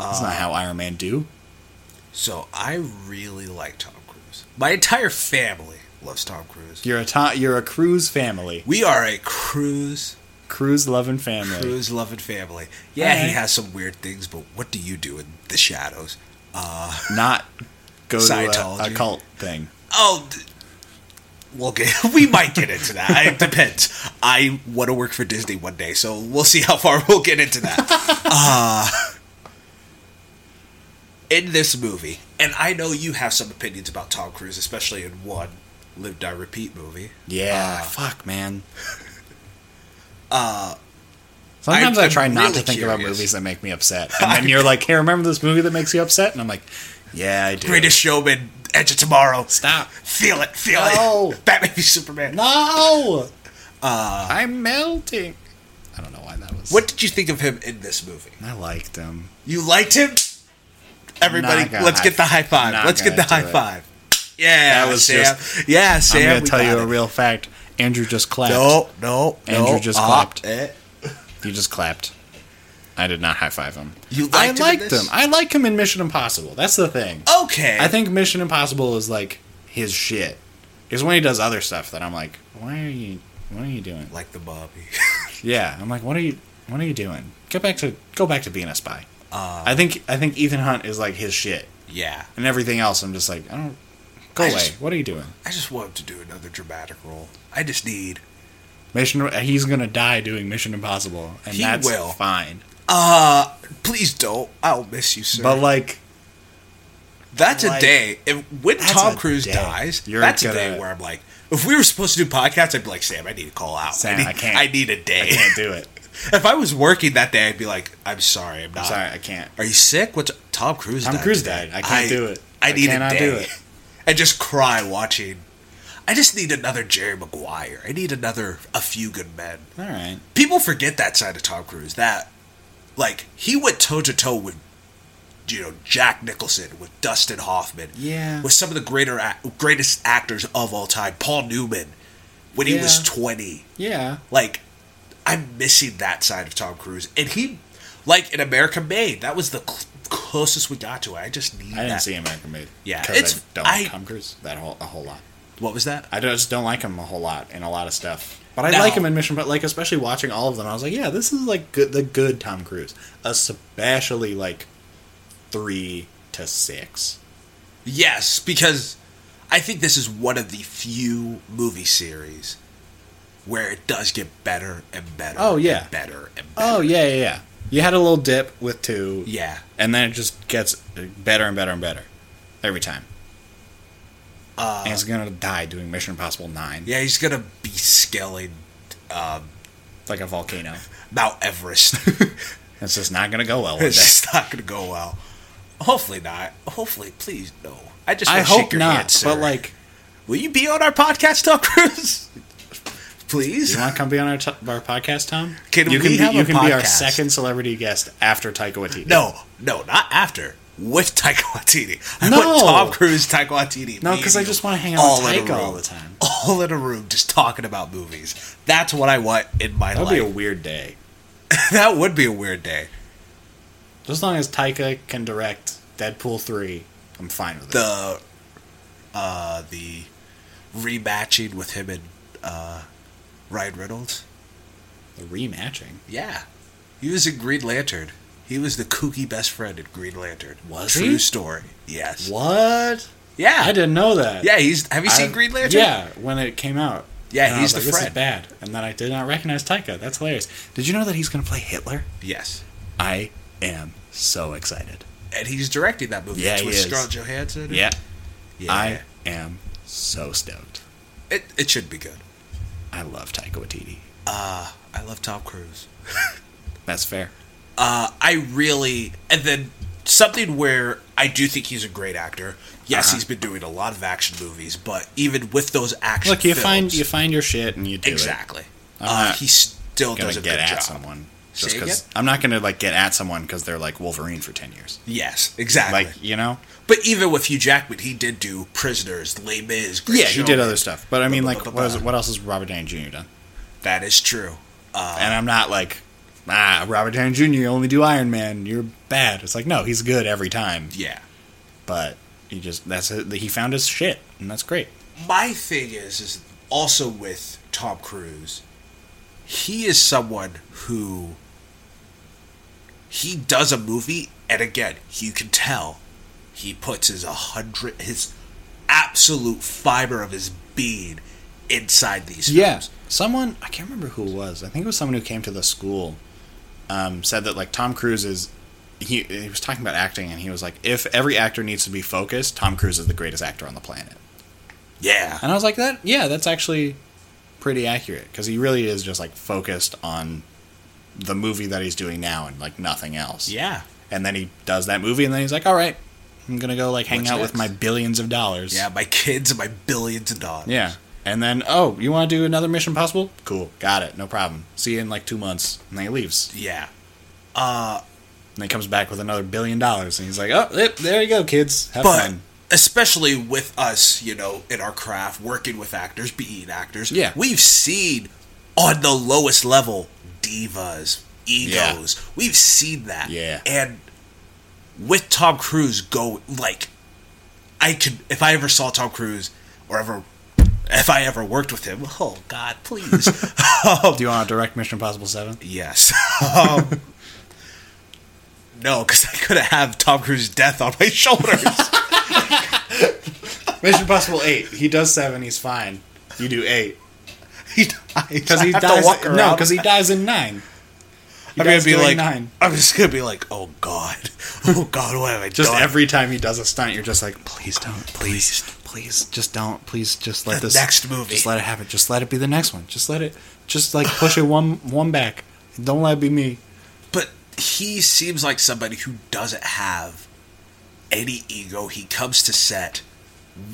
That's not how Iron Man do." So I really like Tom Cruise. My entire family loves Tom Cruise. You're a to- you're a cruise family, We are a cruise cruise loving family. cruise loving family. Yeah, he Alright. has some weird things, but what do you do in the shadows? Uh Not go to a, a Scientology. cult thing. oh d- We'll get, <laughs> we might get into that. It depends. I want to work for Disney one day, so we'll see how far <laughs> we'll get into that. Uh, in this movie, and I know you have some opinions about Tom Cruise, especially in one "Live Die Repeat" movie. Yeah, Uh, fuck, man. Sometimes I- I, I'm try not really to think about curious. movies that make me upset, and then you're like, "Hey, remember this movie that makes you upset?" And I'm like, Yeah, I do. Greatest Showman, Edge of Tomorrow. Stop. Feel it, feel No. it. <laughs> Batman v Superman. No. Uh, I'm melting. I don't know why that was. Uh, What did you think of him in this movie? I liked him. You liked him? Everybody, Not gonna let's get the high I'm five. not Let's get the gonna high do it. five. Yeah, That was Sam. yeah, Sam. I'm gonna we tell you got a it. real fact. Andrew just clapped. No, no, no. Andrew just Ah, clapped. eh. He just clapped. I did not high five him. You I liked him in liked this? him. I like him in Mission Impossible. That's the thing. Okay. I think Mission Impossible is like his shit. Because when he does other stuff, that I'm like, why are you? What are you doing? like the Bobby. <laughs> Yeah, I'm like, what are you? What are you doing? Get back to go back to being a spy. Um. I think I think Ethan Hunt is like his shit, yeah. and everything else. I'm just like, I don't go I away. just- what are you doing? I just want him to do another dramatic role. I just need. Mission. He's gonna die doing Mission Impossible, and He that's will. fine. Uh, please don't. I'll miss you, sir. But like, that's like- a day. If, when That's Tom a Cruise day. dies, You're that's gonna- a day where I'm like, if we were supposed to do podcasts, I'd be like, Sam, I need to call out. Sam, I, need, I can't. I need a day. I can't do <laughs> it. if I was working that day, I'd be like, I'm sorry, I'm I'm not. sorry, I can't. Are you sick? What's Tom Cruise? Tom died Cruise today. died. I can't do it. I I need a cannot day. do it. And just cry watching. I just need another Jerry Maguire. I need another A Few Good Men. All right. People forget that side of Tom Cruise. That, like, he went toe to toe with, you know, Jack Nicholson, with Dustin Hoffman, Yeah. with some of the greater ac- greatest actors of all time. Paul Newman, when he was Yeah. twenty Yeah. like I'm missing that side of Tom Cruise, and he like in America Made that was the cl- closest we got to it. I just need I didn't that. see American Made. Yeah, 'Cause it's- I don't like I- Tom Cruise that whole a whole lot. What was that? I just don't like him a whole lot in a lot of stuff. But I No. like him in Mission, but like especially watching all of them, I was like, yeah, this is like good, the good Tom Cruise, especially like three to six. Yes, because I think this is one of the few movie series where it does get better and better. Oh, yeah. and better and better. Oh yeah, yeah, yeah. You had a little dip with two, yeah. and then it just gets better and better and better every time. Uh, and it's gonna die doing Mission Impossible Nine, Yeah, he's gonna be scaling like a volcano. <laughs> Mount Everest. <laughs> It's just not gonna go well. One day. it's just not gonna go well. Hopefully not. Hopefully, please no. I just I wanna shake hope your not, hand, sir. but like. Will you be on our podcast, Tom Cruise? Please. You want to come be on our, t- our podcast, Tom? Can you we be, have you a can be our podcast? second celebrity guest after Taika Waititi. No, no, not after. With Taika Waititi. I No. want Tom Cruise, Taika Waititi. No, me 'cause I and you just wanna hang out with in a Taika all room. the time. All in a room, just talking about movies. That's what I want in my that would be a life. weird day. <laughs> that would be a weird day. Just as long as Taika can direct Deadpool three, I'm fine with it. The, uh, the rematching with him and uh, Ryan Reynolds. The rematching Yeah. He was in Green Lantern. He was the kooky best friend in Green Lantern. Was True he? story. Yes. what? Yeah. I didn't know that. Yeah, he's. Have you seen I- Green Lantern? Yeah, when it came out. Yeah, And I he's was like, the This is friend. bad, and then I did not recognize Taika. That's hilarious. Did you know that he's going to play Hitler? Yes. I am so excited. And he's directing that movie. Yeah, It's he with is. Scarlett Johansson. Yeah, Yeah. I am so stoked. it, it should be good. I love Taika Waititi. Uh, I love Tom Cruise. That's fair. Uh, I really. And then something where I do think he's a great actor. Yes, Uh-huh. he's been doing a lot of action movies, but even with those action Look, you films, find you find your shit and you do exactly. I'm Uh, not he still it. Gonna does a get good at job. someone just Say 'cause- again? I'm not gonna like get at someone because they're like Wolverine for ten years. Yes, exactly. Like you know, but even with Hugh Jackman, he did do Prisoners, Les Mis. Great yeah, he did Showman. other stuff, but I mean, like, what, is, Ba-ba-ba-ba. what else has Robert Downey Jr. done? Uh, That is true. and I'm not like, ah, Robert Downey Jr. You only do Iron Man. You're bad. It's like no, he's good every time, Yeah. but he just that's it he found his shit, and that's great. my thing is is also with Tom Cruise, he is someone who he does a movie and again, you can tell he puts his 100 his absolute fiber of his being inside these films. Yeah, someone I can't remember who it was. I think it was someone who came to the school. Um, said that like Tom Cruise is he he was talking about acting and he was like if every actor needs to be focused, Tom Cruise is the greatest actor on the planet. Yeah. And I was like that yeah, that's actually pretty accurate because he really is just like focused on the movie that he's doing now and like nothing else. Yeah. And then he does that movie and then he's like all right, I'm gonna go like hang What's out next? with my billions of dollars. Yeah, my kids and my billions of dollars. Yeah. And then, oh, you want to do another Mission Possible? Cool. Got it. No problem. See you in like two months. And then he leaves. Yeah. Uh, And he comes back with another billion dollars. And he's like, oh, yep, there you go, kids. Have But fun. especially with us, you know, in our craft, working with actors, being actors, Yeah. we've seen on the lowest level divas, egos. We've seen that. Yeah. And with Tom Cruise go like I could if I ever saw Tom Cruise or ever if I ever worked with him, <laughs> oh God, <laughs> please. Um, Do you want to direct Mission Impossible 7? Yes. Um, <laughs> no, because I could have Tom Cruise's death on my <laughs> shoulders. Mission Impossible 8. He does 7. He's fine. You do <laughs> 8. <laughs> he dies. Because he I have to dies. walk no, around. because he dies in 9. He I'm gonna dies be during like, nine. I'm just gonna be like, oh god, <laughs> oh god, what have I Just done? every time he does a stunt, you're just like, please don't, please, please, just don't, please, just let The this next movie. Just let it happen. Just let it be the next one. Just let it, just like push it one one back. Don't let it be me. but he seems like somebody who doesn't have any ego. He comes to set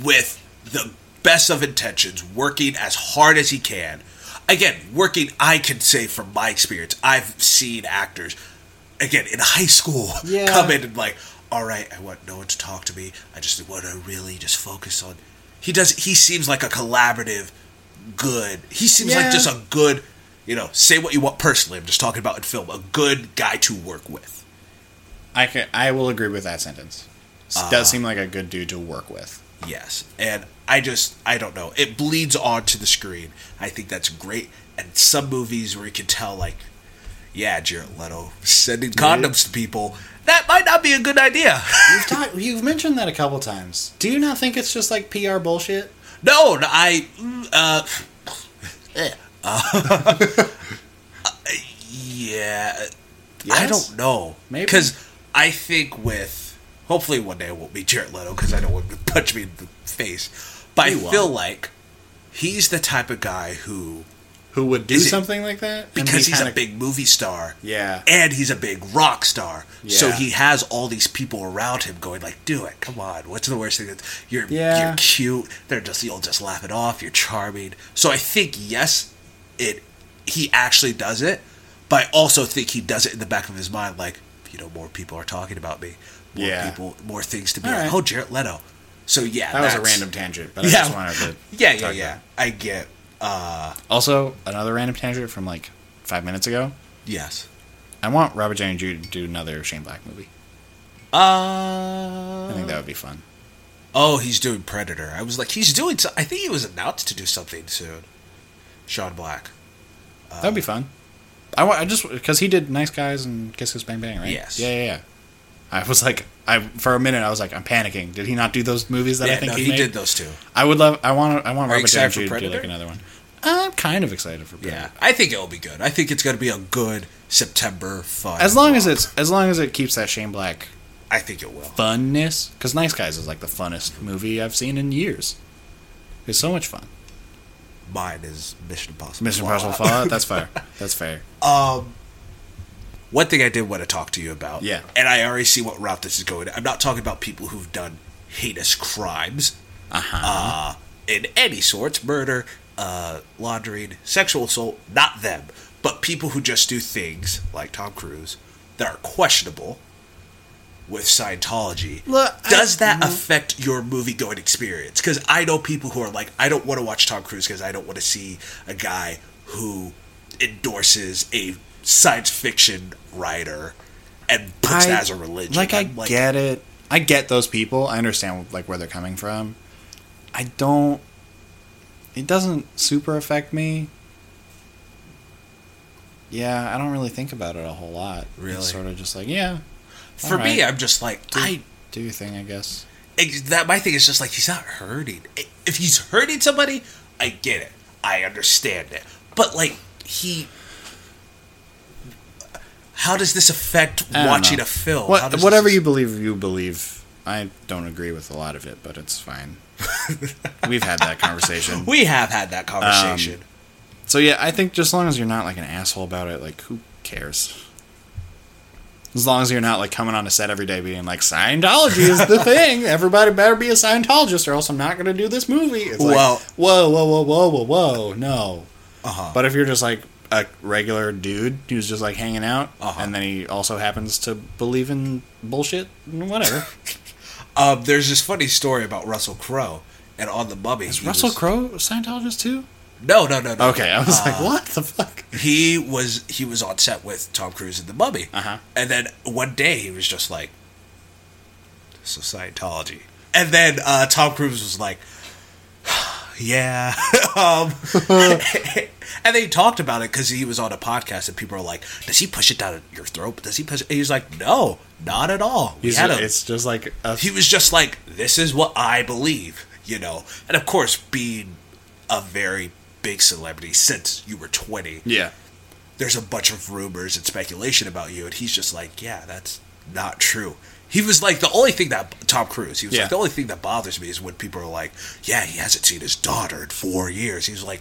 with the best of intentions, working as hard as he can. Again, working, I can say from my experience, I've seen actors, again, in high school, <laughs> Yeah. come in and like, all right, I want no one to talk to me. I just want to really just focus on. He does, he seems like a collaborative, good, he seems Yeah. like just a good, you know, say what you want personally. I'm just talking about in film, a good guy to work with. I can, I will agree with that sentence. S- does seem like a good dude to work with. Yes. And I just, I don't know. It bleeds onto the screen. I think that's great. And some movies where you can tell, like, yeah, Jared Leto sending condoms to people, that might not be a good idea. <laughs> You've talked, you've mentioned that a couple times. Do you not think it's just like PR bullshit? no, no, I, mm, uh, <laughs> eh, <laughs> uh, yeah. I Yes? don't know. Maybe. Because I think with. Hopefully one day it won't be Jared Leto because I don't want him to <laughs> punch me in the face. But He I won't. feel like he's the type of guy who. Who would do Is it- something like that? And Because he he's kinda- a big movie star. Yeah. And he's a big rock star. So Yeah. he has all these people around him going like, do it. Come on. What's the worst thing? That's, you're, Yeah. you're cute. They're just, you'll just laugh it off. You're charming. So I think, yes, it, he actually does it. But I also think he does it in the back of his mind. Like, you know, more people are talking about me. More Yeah. people, more things to be All like, right. oh, Jared Leto. So yeah. That was a that's- random tangent, but I <laughs> Yeah. just wanted <laughs> to. Yeah, yeah, talk about yeah. it. I get, Also, another random tangent from like five minutes ago. yes. I want Robert Downey Jr. to do another Shane Black movie. Uh, I think that would be fun. Oh, he's doing Predator. I was like, he's doing. So- I think he was announced to do something soon. Sean Black. that would be fun. I, wa- I just because he did Nice Guys and Kiss Kiss Bang Bang, right? Yes. Yeah, yeah, yeah. I was like, I for a minute I was like, I'm panicking. Did he not do those movies that yeah, I think no, he, he made? did those two. I would love. I want. I want Are you Robert Downey excited for Jr. to do like Predator? another one. I'm kind of excited for Predator. Yeah, I think it'll be good. I think it's gonna be a good September fun. As long as it's as long as it keeps that Shane Black I think it will. funness, because Nice Guys is like the funnest movie I've seen in years. It's so much fun. Mine is Mission Impossible. Mission Fallout. Impossible Fallout. That's fair. That's fair. One thing I did want to talk to you about. Yeah. And I already see what route this is going. I'm not talking about people who've done heinous crimes. Uh, in any sorts, murder, uh, laundering, sexual assault, not them, but people who just do things like Tom Cruise that are questionable with Scientology. Look, I- Mm-hmm. Does that affect your movie going experience? Because I know people who are like, I don't want to watch Tom Cruise because I don't want to see a guy who endorses a science fiction writer and puts I- that as a religion. Like I I'm get it. I get those people. I understand like where they're coming from. I don't. It doesn't super affect me. Yeah, I don't really think about it a whole lot. Really? it's sort of just like yeah, all for me, right. I'm just like I do your thing, I guess. Ex- that my thing is just like he's not hurting. I- If he's hurting somebody, I get it. I understand it. But like he how does this affect I don't watching know. a film? What- Oh, How does whatever this- you believe, you believe. I don't agree with a lot of it, but it's <laughs> fine. We've had that conversation. We have had that conversation. So yeah, I think just as long as you're not like an asshole about it, like who cares? As long as you're not like coming on a set every day being like Scientology is <laughs> the thing. Everybody better be a Scientologist or else I'm not going to do this movie. It's like Well- whoa, whoa, whoa, whoa, whoa, whoa, no. Uh-huh. But if you're just like a regular dude who's just like hanging out, Uh-huh. and then he also happens to believe in bullshit, <laughs> whatever. Um, there's this funny story about Russell Crowe and on the Mummy. Is Russell Crowe a Scientologist too? No, no, no, no. Okay, I was like, what the fuck? he was he was on set with Tom Cruise in The Mummy, Uh-huh. and then one day he was just like, "So Scientology," and then uh, Tom Cruise was like, <sighs> "Yeah," <laughs> um, and they talked about it because he was on a podcast, and people were like, "Does he push it down your throat? Does he push?" It? And he's like, "No, not at all." We He's- had a- it's just like a he was just like, "This is what I believe," you know. And of course, being a very big celebrity since you were twenty yeah. there's a bunch of rumors and speculation about you and he's just like yeah that's not true he was like the only thing that tom cruise he was Yeah. like the only thing that bothers me is when people are like yeah he hasn't seen his daughter in four years he's like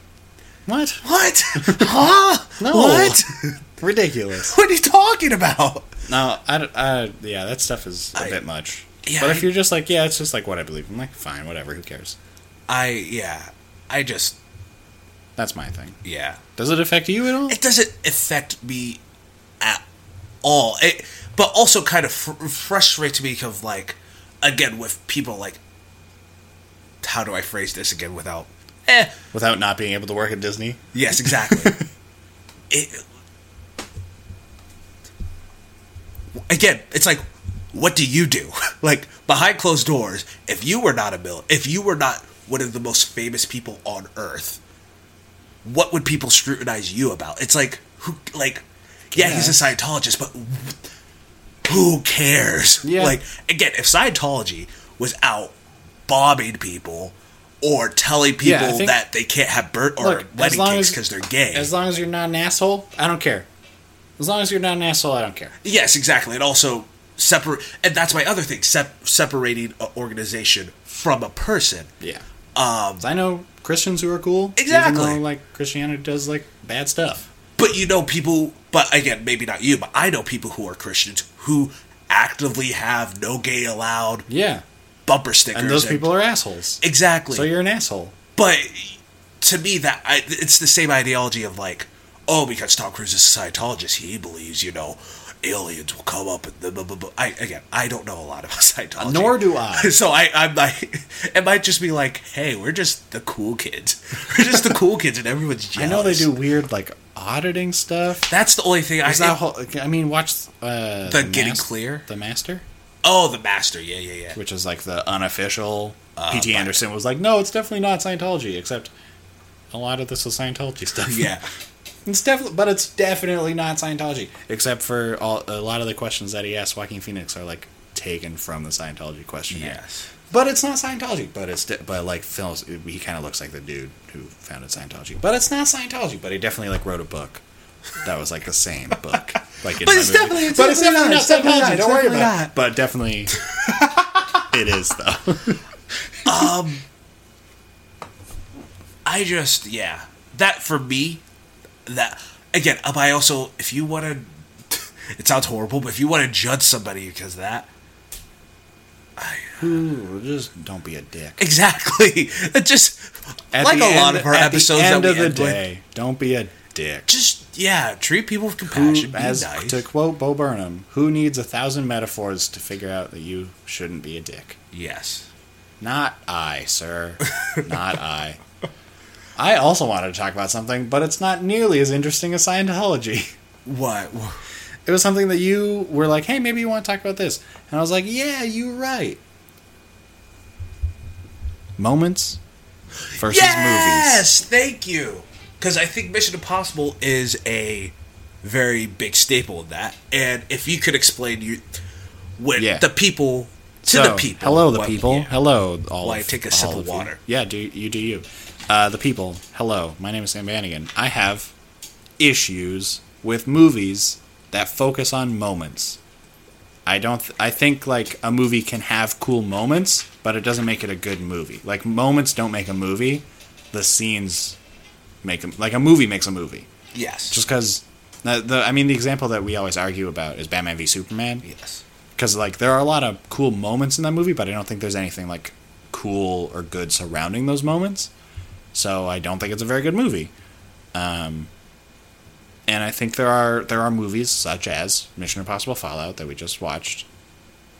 What? <laughs> what huh No. what <laughs> Ridiculous. what are you talking about No, I, don't- I- yeah, that stuff is a I- bit much. yeah, but if I- you're just like, yeah, it's just like what I believe. I'm like, fine, whatever. Who cares? i yeah i just That's my thing. yeah Does it affect you at all? it doesn't affect me at all. It, but also kind of fr- frustrates me of like, again with people like, how do I phrase this again without? Eh. Without not being able to work at Disney. Yes, <laughs> exactly. it, again, it's like, what do you do? <laughs> like behind closed doors, if you were not a mill, if you were not one of the most famous people on earth, what would people scrutinize you about? It's like who, like, yeah, he's a Scientologist, but who cares? Yeah. Like again, if Scientology was out bombing people or telling people Yeah, I think- that they can't have birth or Look, as wedding long cakes as- because they're gay. As long as you're not an asshole, I don't care. As long as you're not an asshole, I don't care. Yes, exactly. And also separate, and that's my other thing: sep- separating an organization from a person. Yeah. Um, I know Christians who are cool. Exactly. Even though, like Christianity does like bad stuff. But you know, people. But again, maybe not you, but I know people who are Christians who actively have no gay allowed Yeah. bumper stickers. And those people are assholes. exactly. So you're an asshole. but to me, that I, it's the same ideology of like, oh, because Tom Cruise is a Scientologist, he believes you know aliens will come up and blah, blah, blah, blah. I again, I don't know a lot about <laughs> Scientology, Nor do I. <laughs> so I, I'm like, <laughs> it might just be like, hey, we're just the cool kids, <laughs> we're just the cool kids, and everyone's I jealous. know they do weird like auditing stuff. That's the only thing I. Is that whole, I mean, watch uh, The Getting Clear? the master, oh, the master. Yeah, yeah, yeah. which is like the unofficial. P.T. Anderson was like, no, it's definitely not Scientology, except a lot of this is Scientology <laughs> stuff. Yeah, It's definitely, but it's definitely not Scientology, except for all, a lot of the questions that he asked Joaquin Phoenix are like taken from the Scientology questionnaire. Yes. but it's not Scientology. But it's de- but like Phil's, he kind of looks like the dude who founded Scientology. But it's not Scientology. But he definitely like wrote a book that was like the <laughs> same book. Like, in my But it's movie. definitely- it's but it's definitely definitely not, not it's definitely Scientology. not, Don't worry it's definitely about it. But <laughs> definitely, it is though. I just yeah. That for me, that again. um, I also if you want to, <laughs> it sounds horrible, but if you want to judge somebody because of that, <laughs> Ooh, just don't be a dick. exactly. It just like a the lot end- of our at the episodes end that of we the end with, day, don't be a dick. just yeah, treat people with Who- compassion. be as nice. to quote Bo Burnham, who needs a thousand metaphors to figure out that you shouldn't be a dick? yes. Not I, sir. not I. I also wanted to talk about something, but it's not nearly as interesting as Scientology. What? It was something that you were like, "Hey, maybe you want to talk about this," and I was like, "Yeah, you're right." Moments versus movies. Yes, thank you. Because I think Mission Impossible is a very big staple of that, and if you could explain you when Yeah. the people to So, the people, Hello, the what- people. yeah. Hello, all. Why of, take a all sip of you. water? Yeah, do you do you? Uh, the people. Hello, my name is Sam Bannigan. I have issues with movies that focus on moments. I don't. Th- I think like a movie can have cool moments, but it doesn't make it a good movie. Like moments don't make a movie. The scenes make them like a movie makes a movie Yes. just because Now, the, I mean, the example that we always argue about is Batman v Superman. Yes. because like there are a lot of cool moments in that movie, but I don't think there's anything like cool or good surrounding those moments. So I don't think it's a very good movie. Um, and I think there are there are movies such as Mission Impossible Fallout that we just watched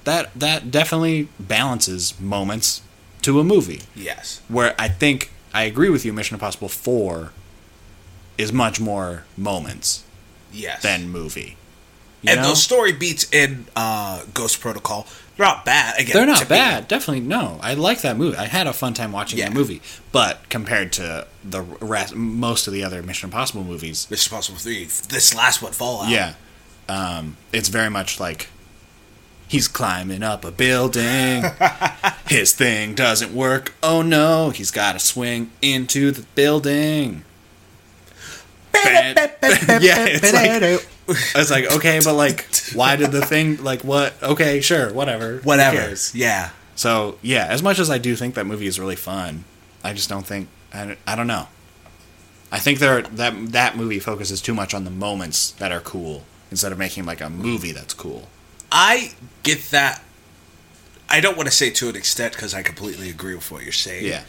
that that definitely balances moments to a movie Yes. where I think I agree with you. Mission Impossible Four is much more moments Yes. than movie. You and know? those story beats in uh, Ghost Protocol, they're not bad. Again, They're to not me. bad. Definitely no. I like that movie. I had a fun time watching that Yeah. movie. But compared to the rest, most of the other Mission Impossible movies, Mission Impossible Three. This last one, Fallout. yeah, um, it's very much like he's climbing up a building. <laughs> His thing doesn't work. Oh no! He's got to swing into the building. <laughs> yeah, it's like. I was like, okay, but like, why did the thing like what? Okay, sure, whatever, Who Whatever. cares? Yeah. So yeah, as much as I do think that movie is really fun, I just don't think I, I don't know. I think there that that movie focuses too much on the moments that are cool instead of making like a movie that's cool. I get that. I don't want to say to an extent because I completely agree with what you're saying. Yeah,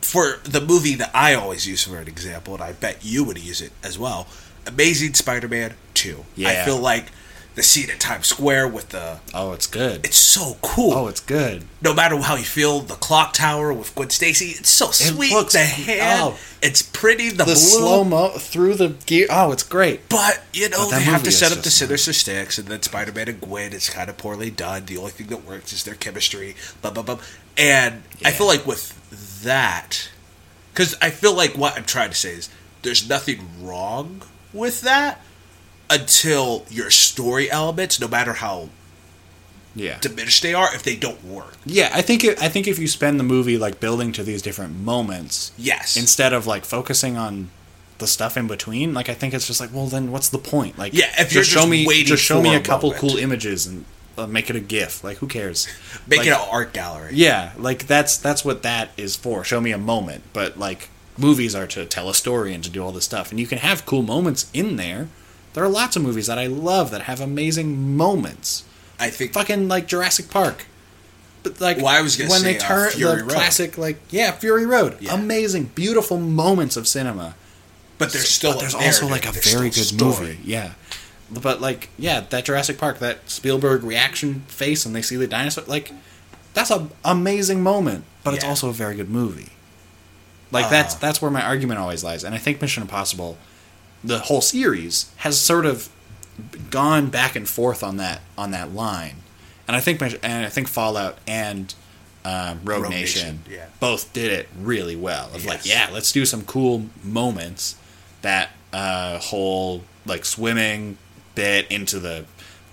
For the movie that I always use for an example, and I bet you would use it as well Amazing Spider Man 2. Yeah. I feel like the scene at Times Square with the. oh, it's good. It's so cool. oh, it's good. no matter how you feel, the clock tower with Gwen Stacy, it's so sweet. looks- the hand, oh. it's pretty. The, The blue, slow mo through the gear. Oh, it's great. but you know But that they have movie to is set up the just- Sinister Six, and then Spider Man and Gwen. It's kind of poorly done. The only thing that works is their chemistry. Blah blah blah. And I feel like with that, because I feel like what I'm trying to say is there's nothing wrong with that until your story elements, no matter how Yeah. diminished they are, if they don't work. Yeah, I think it, I think if you spend the movie like building to these different moments, Yes. instead of like focusing on the stuff in between like i think it's just like well then what's the point like Yeah, if you're show just me waiting just show for me a a couple moment. cool images and uh, make it a gif like who cares Make Like, it an art gallery. yeah like that's that's what that is for show me a moment but like movies are to tell a story and to do all this stuff and you can have cool moments in there there are lots of movies that i love that have amazing moments I think fucking like Jurassic Park. But like Well, I was gonna when say, they uh, turn Fury the Road. classic like yeah Fury Road, Yeah. amazing, beautiful moments of cinema. But there's still but there's a also narrative, like a there's very good still story. movie, yeah. But like yeah, that Jurassic Park, that Spielberg reaction face, and they see the dinosaur, like that's a amazing moment. But it's Yeah. Ah. also a very good movie. Like that's that's where my argument always lies, and I think Mission Impossible, the whole series has sort of gone back and forth on that on that line, and I think Mission- and I think Fallout and um, Rogue, Rogue Nation, Nation, yeah. both did it really well. Of like, yeah, Yes. let's do some cool moments. That uh, whole like swimming bit into the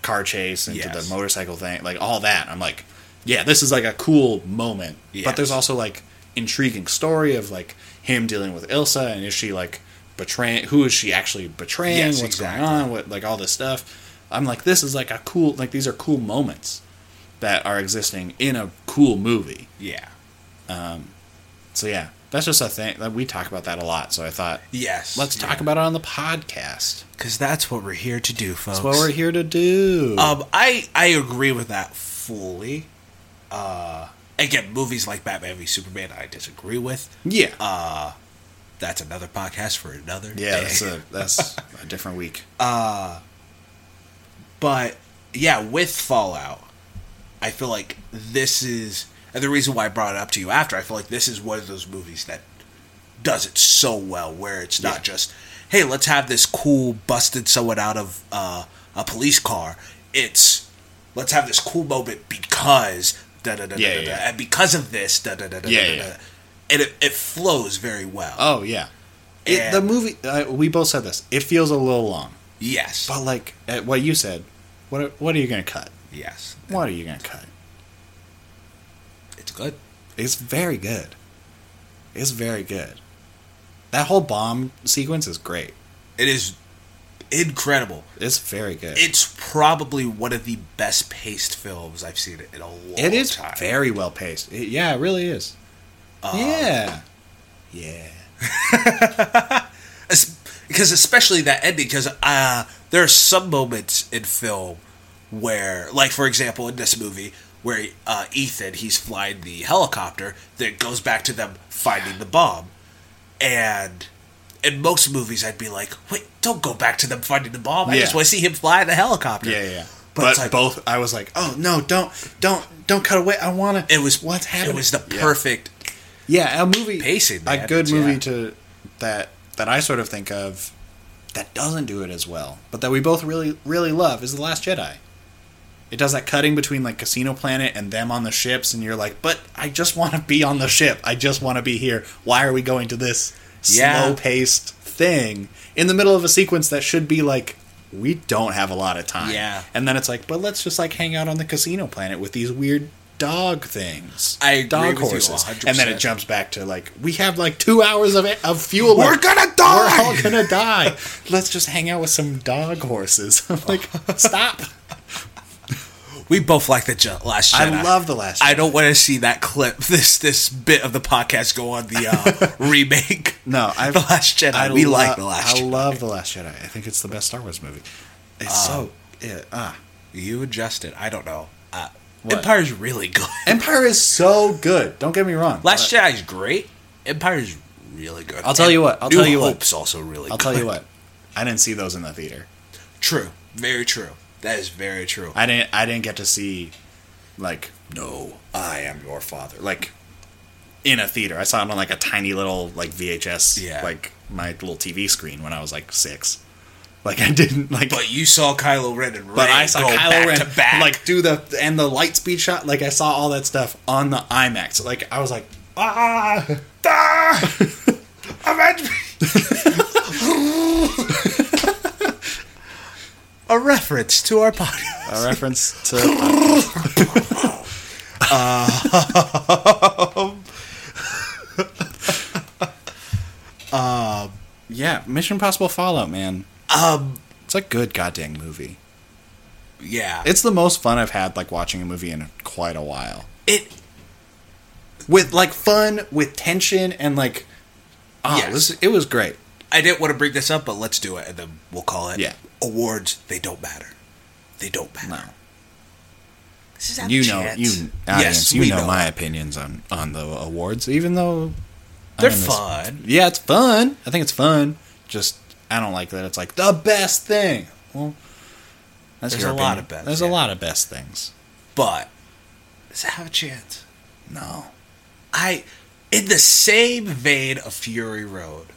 car chase into Yes. the motorcycle thing, like all that. I'm like, yeah, this is like a cool moment. But Yes. there's also like intriguing story of like him dealing with Ilsa and is she like betraying? Who is she actually betraying? Yes, What's exactly. going on? What like all this stuff? I'm like, this is like a cool like these are cool moments that are existing in a cool movie. Yeah. So yeah, that's just a thing that we talk about that a lot. So I thought, Yes. let's talk about it on the podcast. because that's what we're here to do, folks. That's what we're here to do. um, I I agree with that fully. Uh, again, movies like Batman v Superman, I disagree with. yeah, Uh, That's another podcast for another. yeah. day. That's a <laughs> that's a different week. But yeah, with Fallout, I feel like this is and the reason why I brought it up to you after. I feel like this is one of those movies that does it so well, where it's not Yeah. just hey, let's have this cool busted someone out of uh, a police car. It's let's have this cool moment because da da da da Yeah, da, yeah, da, yeah. and because of this da da da da Yeah, da, yeah. da, da. and it, it flows very well. Oh yeah, it, And- the movie. Uh, we both said this. It feels a little long, yes, but like uh, what you said, what are- what are you gonna cut? yes, What are you gonna cut? it's good. It's very good. It's very good. That whole bomb sequence is great. It is incredible. It's very good. It's probably one of the best paced films I've seen in a long time. it is very well paced. It- yeah, it really is. Um, yeah, yeah. It's- because especially that ending, because uh, there are some moments in film where, like for example, in this movie, where uh, Ethan he's flying the helicopter that goes back to them finding the bomb, and in most movies I'd be like, wait, don't go back to them finding the bomb. I Yeah. just want to see him fly the helicopter. Yeah, yeah, yeah. But But, it's like- both, I was like, oh no, don't, don't, don't cut away. I want to. It was what's happening. It was the Yeah. perfect. Yeah, a movie Pacing a that, good it's- movie yeah. to that that I sort of think of that doesn't do it as well, but that we both really really love is The Last Jedi. It does that cutting between like Casino Planet and them on the ships, and you're like, but I just want to be on the ship. I just want to be here. Why are we going to this Yeah. slow paced thing in the middle of a sequence that should be like we don't have a lot of time? Yeah. and then it's like, but let's just like hang out on the Casino Planet with these weird dog things I agree dog with you horses, 100%. and then it jumps back to like we have like two hours of of fuel. We're left. gonna We're all die! gonna <laughs> die. Let's just hang out with some dog horses. <laughs> I'm like, stop. We both like the Je- last I Jedi. love The Last I don't want to see that clip. <laughs> This this bit of the podcast go on the <laughs> uh, remake. No, I've, <laughs> the Last Jedi. we lo- like the Last I Jedi. love the Last Jedi. I think it's the best Star Wars movie. It's so yeah, ah. You and Justin, I don't know. Uh, What? Empire's really good. <laughs> Empire is so good. Don't get me wrong. Last But Jedi's great. Empire's really good. I'll tell you what, I'll New tell you what. Hope's also really. I'll good. tell you what. I didn't see those in the theater. <laughs> True. Very true. That is very true. I didn't. I didn't get to see, like, no, I am your father. Like, in a theater, I saw it on like a tiny little like VHS, Yeah. like my little TV screen when I was like six. Like I didn't like, but, but you saw Kylo Ren and Rey I saw go Kylo back Ren to back. like do the and the light speed shot. Like I saw all that stuff on the IMAX. Like I was like, ah, ah! Avenge me! A reference to our podcast. a <laughs> reference to Um, <laughs> um, yeah, Mission Impossible Fallout, man. Um, It's a good goddamn movie. yeah. It's the most fun I've had like watching a movie in quite a while. It With like fun, with tension, and like oh, Yes. this, it was great. I didn't want to bring this up, but let's do it, and then we'll call it. Yeah. Awards, they don't matter. They don't matter. No, This is our you know, chance. you Yes, audience, you we know, my opinions on on the awards, even though I They're mean, it's- fun. Yeah, it's fun. I think it's fun. Just I don't like that it's like the best thing. Well, that's There's your a opinion. lot of best, There's a yeah. lot of best things. But does it have a chance? No, I, in the same vein of Fury Road,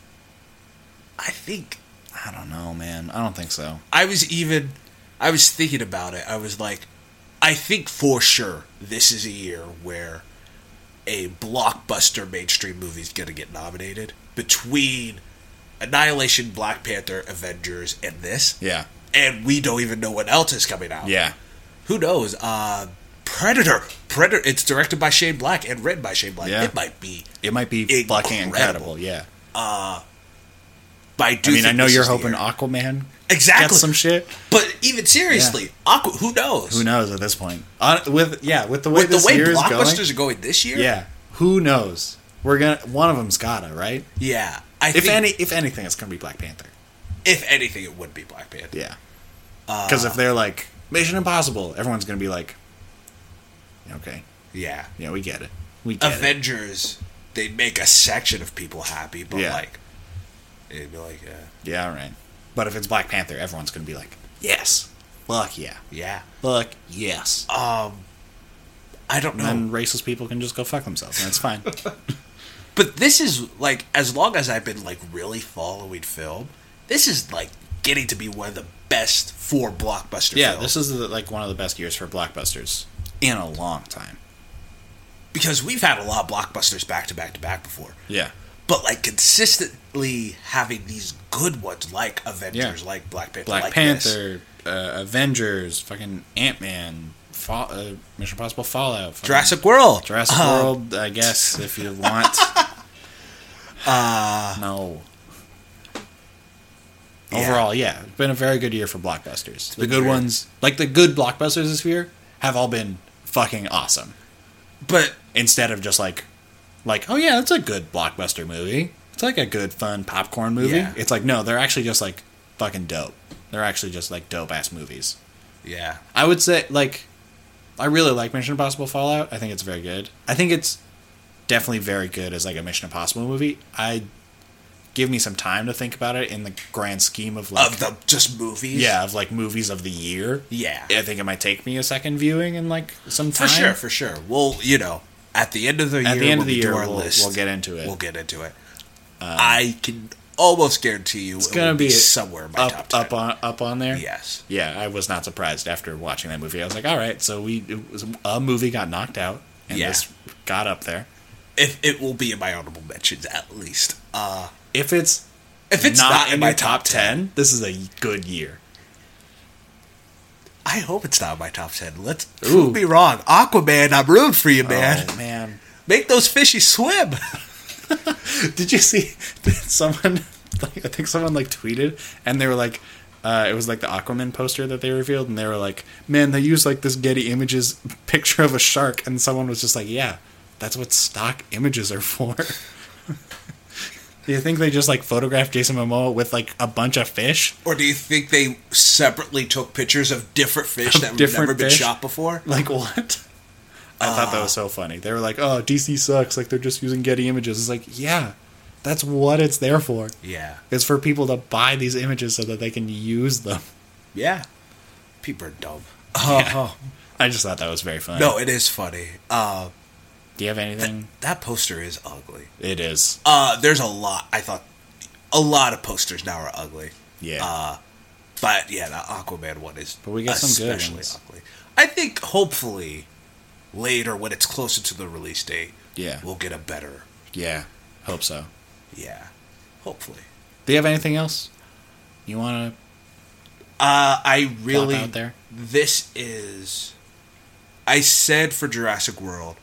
I think I don't know, man. I don't think so. I was even, I was thinking about it. I was like, I think for sure this is a year where a blockbuster mainstream movie is going to get nominated between Annihilation, Black Panther, Avengers, and this. Yeah, And we don't even know what else is coming out. yeah. Who knows? Uh, Predator. Predator. It's directed by Shane Black and written by Shane Black. Yeah. It might be. It might be fucking Incredible. incredible. Yeah. But I, do I mean, I think know this you're is the hoping year. Aquaman Exactly. gets some shit. But even seriously, Aqua, who knows? Who knows at this point? On, with yeah, with the way With this the way year is going, blockbusters are going this year, yeah. Who knows? We're gonna one of them's gotta right. yeah. I If think any, if anything, it's gonna be Black Panther. if anything, it would be Black Panther. Yeah. Because if they're like Mission Impossible, everyone's gonna be like, okay, Yeah, yeah, we get it, we get it. Avengers, they make a section of people happy, but Yeah. like, it'd be like, uh, Yeah, all right. But if it's Black Panther, everyone's gonna be like, yes, fuck yeah, yeah. fuck yes. Um, I don't know. And racist people can just go fuck themselves, and that's <laughs> fine. But this is like as long as I've been like really following film, this is like getting to be one of the best for blockbuster yeah, films. this is the, like one of the best years for blockbusters in a long time. because we've had a lot of blockbusters back to back to back before. Yeah, But like consistently having these good ones like Avengers, Yeah. like Black Panther, Black like this. Panther, uh, Avengers, fucking Ant Man, Fall, uh, Mission Impossible Fallout, fucking Jurassic World, Jurassic Um, World, I guess, if you want. Uh, no. Yeah. Overall, yeah, it's been a very good year for blockbusters. The been good very- ones, like the good blockbusters this year, have all been fucking awesome. But Instead of just like, like, oh yeah, that's a good blockbuster movie. it's like a good fun popcorn movie. Yeah. It's like no, they're actually just like fucking dope. They're actually just like dope ass movies. Yeah. I would say like I really like Mission Impossible Fallout. I think it's very good. I think it's definitely very good as like a Mission Impossible movie. I give me some time to think about it in the grand scheme of like Of the just movies. yeah, of like movies of the year. Yeah. I think it might take me a second viewing and like some For time. sure, for sure. Well, you know, at the end of the year, At the end when of the we do year, our we'll, list, we'll get into it. Um, we'll get into it. I can almost guarantee you it's gonna be somewhere in my up, top ten. up on up on there. yes. Yeah, I was not surprised after watching that movie. I was like, all right, so we it was, a movie got knocked out, and Yeah. this got up there. If it will be in my honorable mentions at least. Uh If it's if it's not, in my top, 10, this is a good year. I hope it's not in my top ten. Let's Ooh. prove me wrong. Aquaman, I'm ruined for you, man. Oh man, Make those fishies swim. <laughs> <laughs> did you see that someone? <laughs> Like, I think someone like tweeted, and they were like. Uh, it was like the Aquaman poster that they revealed, and they were like, "Man, they used like this Getty Images <laughs> picture of a shark," and someone was just like, "Yeah, that's what stock images are for." <laughs> Do you think they just like photographed Jason Momoa with like a bunch of fish? <laughs> Or do you think they separately took pictures of different fish that have different never been fish? shot before? Like what? I thought that was so funny. They were like, "Oh, DC sucks. Like they're just using Getty images." It's like, yeah, that's what it's there for. Yeah. It's for people to buy these images so that they can use them. Yeah. People are dumb. Oh, I just thought that was very funny. No, it is funny. Uh, Do you have anything? that poster is ugly. It is. Uh, there's a lot. I thought a lot of posters now are ugly. Yeah. Uh, but yeah, the Aquaman one is But we got some good especially ones. ugly. I think hopefully later when it's closer to the release date, Yeah. we'll get a better. Yeah. Hope so. Yeah. Hopefully. Do you have anything else? You want Uh, I to really out there? this is I said for Jurassic World,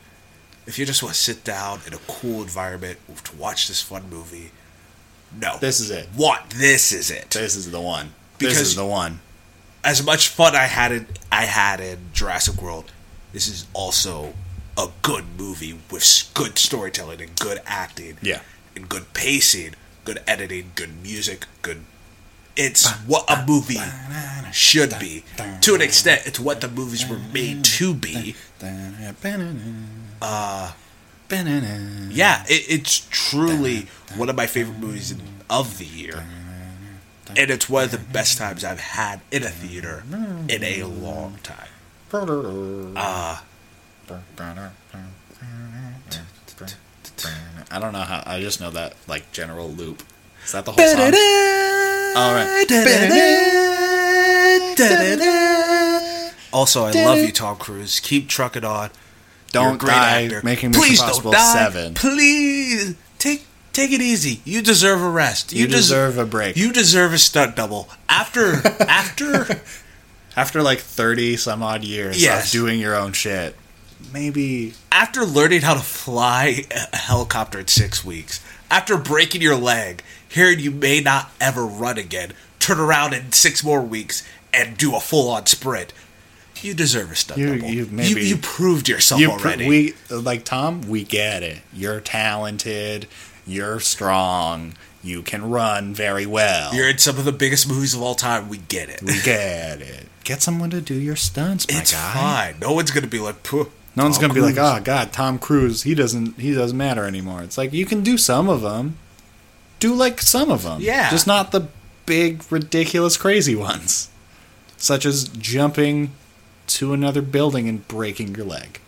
if you just want to sit down in a cool environment to watch this fun movie, no. This is it. What? This is it. This is the one. this Because- is the one. As much fun I had in I had in Jurassic World, this is also a good movie with s- good storytelling and good acting. Yeah. And good pacing, good editing, good music, good it's what a movie should be. To an extent, it's what the movies were made to be. Uh, Banana. Yeah, it, it's truly one of my favorite movies in, of the year. And it's one of the best times I've had in a theater in a long time. Uh, Ah. I don't know how. I just know that like general loop. Is that the whole song? All right. Also, I love you, Tom Cruise. Keep trucking on. You're a Don't die making Mission Please Impossible don't die. 7. Please take take it easy. You deserve a rest. You des- deserve a break. You deserve a stunt double. After <laughs> after After like thirty some odd years Yes. of doing your own shit, maybe after learning how to fly a helicopter in six weeks, after breaking your leg, hearing you may not ever run again, turn around in six more weeks and do a full on sprint, you deserve a stunt You- double. you You, maybe- you, proved yourself you pr- already. we like Tom. We get it. You're talented. You're strong. You can run very well. You're in some of the biggest movies of all time. We get it. we get it. Get someone to do your stunts, my It's guy. fine. No one's gonna be like, "Puh, No one's Tom gonna be Cruise." like, oh god, Tom Cruise. He doesn't. He doesn't matter anymore. It's like you can do some of them. Do like some of them. Yeah. Just not the big, ridiculous, crazy ones, such as jumping to another building and breaking your leg.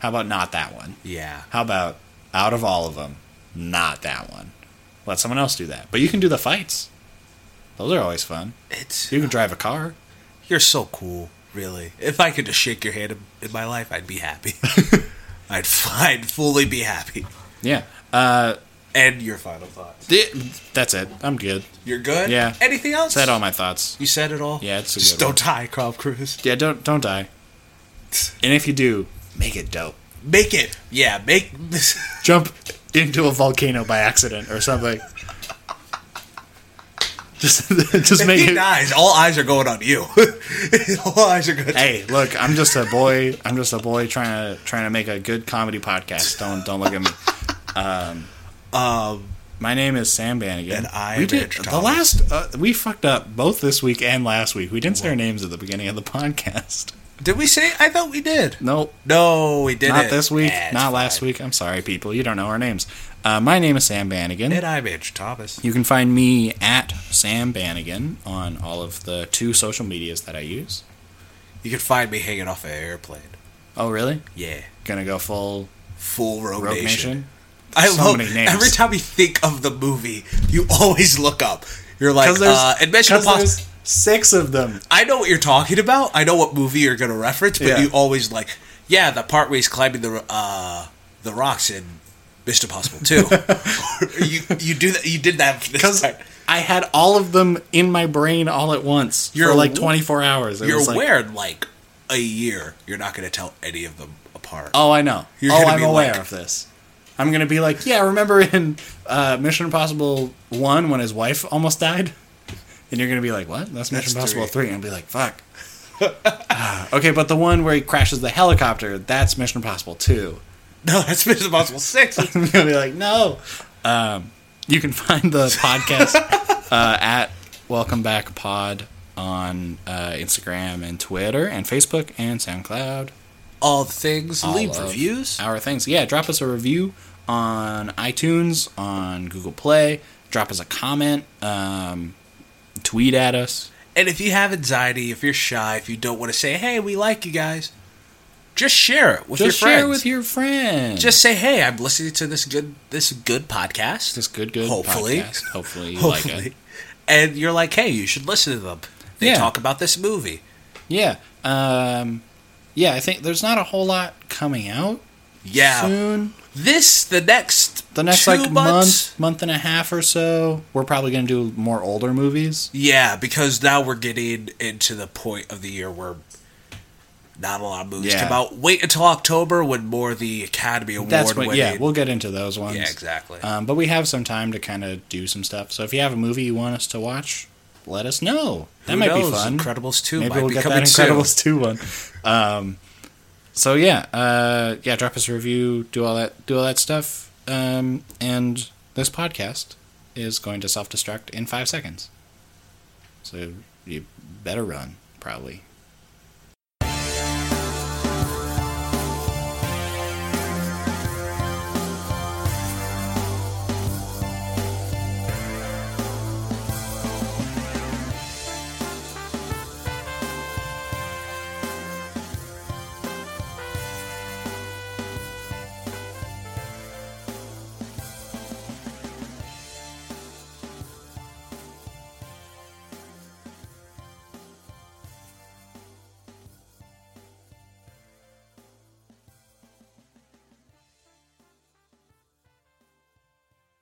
How about not that one? Yeah, How about out of all of them, not that one? Let someone else do that. But you can do the fights. Those are always fun. it's You can drive a car. you're so cool, really. If I could just shake your hand in, in my life, I'd <laughs> be happy. I'd, f- I'd fully be happy. Yeah. Uh, And your final thoughts. th- that's it. I'm good. You're good. Yeah. Anything else? Said all my thoughts. You said it all. Yeah, it's a just good don't one. die, Tom Cruise. Yeah, don't don't die. And if you do, make it dope. Make it. Yeah, make. Jump into a volcano by accident or something. Just <laughs> just <laughs> make he it. dies. All eyes are going on you. <laughs> all eyes are going. Hey, look, I'm just a boy. I'm just a boy Um, trying to trying to make a good comedy podcast. Don't don't look at me. My name is Sam Bannigan. And I we am did Andrew the Thomas. last. Uh, we fucked up both this week and last week. We didn't say our names at the beginning of the <laughs> podcast. Did we say? I thought we did. Nope, No, we didn't. not this week. That's not last fine. week. I'm sorry, people. You don't know our names. Uh, my name is Sam Bannigan. And I'm Andrew Thomas. You can find me at Sam Bannigan on all of the two social medias that I use. You can find me hanging off an airplane. Oh, really? Yeah. Gonna go full Full Rogue, Rogue Nation. Nation? I So love many names. every time we think of the movie, you <laughs> always look up. You're like, Because there's, uh, admission 'cause impossible. there's six of <laughs> them. I know what you're talking about. I know what movie you're going to reference, but Yeah. you always like, yeah, the part where he's climbing the uh, the rocks in Mission Impossible <laughs> Two. <laughs> you you do that. You did that because Because I had all of them in my brain all at once You're for like aw- 24 hours. It you're was like, aware. in, Like a year, you're not going to tell any of them apart. <laughs> Oh, I know. You're oh, gonna I'm be aware like- of this. I'm gonna be like, yeah, remember in uh, Mission Impossible One when his wife almost died, and you're gonna be like, what? That's Mission That's Impossible Three. And I'll be like, fuck. Ah, okay, but the one where he crashes the helicopter, that's Mission Impossible Two. <laughs> No, that's Mission Impossible Six. I'm gonna be like, no. Um, you can <laughs> find the podcast uh, at Welcome Back Pod on uh, Instagram and Twitter and Facebook and SoundCloud. All the things. all leave of reviews. Our things. Yeah, drop us a review on iTunes, on Google Play. Drop us a comment. Um, tweet at us. And if you have anxiety, if you're shy, if you don't want to say, "Hey, we like you guys," just share it with Just your friends. share with your friends. just say, "Hey, I'm listening to this good this good podcast." this good, good Hopefully. podcast. Hopefully you hopefully. like it. And you're like, "Hey, you should listen to them. They Yeah. talk about this movie." Yeah. Um, yeah, I think there's not a whole lot coming out Yeah. soon. This the next The next two like months. month, month and a half or so, we're probably gonna do more older movies. Yeah, because now we're getting into the point of the year where not a lot of movies Yeah. come out. Wait until October when more of the Academy Award That's what. winning. Yeah, we'll get into those ones. Yeah, exactly. Um, but we have some time to kind of do some stuff. So if you have a movie you want us to watch, let us know. That Who might knows? be fun. Incredibles <laughs> two Maybe might we'll be get coming that Incredibles <laughs> two one. Um, so yeah, uh, yeah. Drop us a review. Do all that. Do all that stuff. Um, and this podcast is going to self destruct in five seconds. So you better run, probably.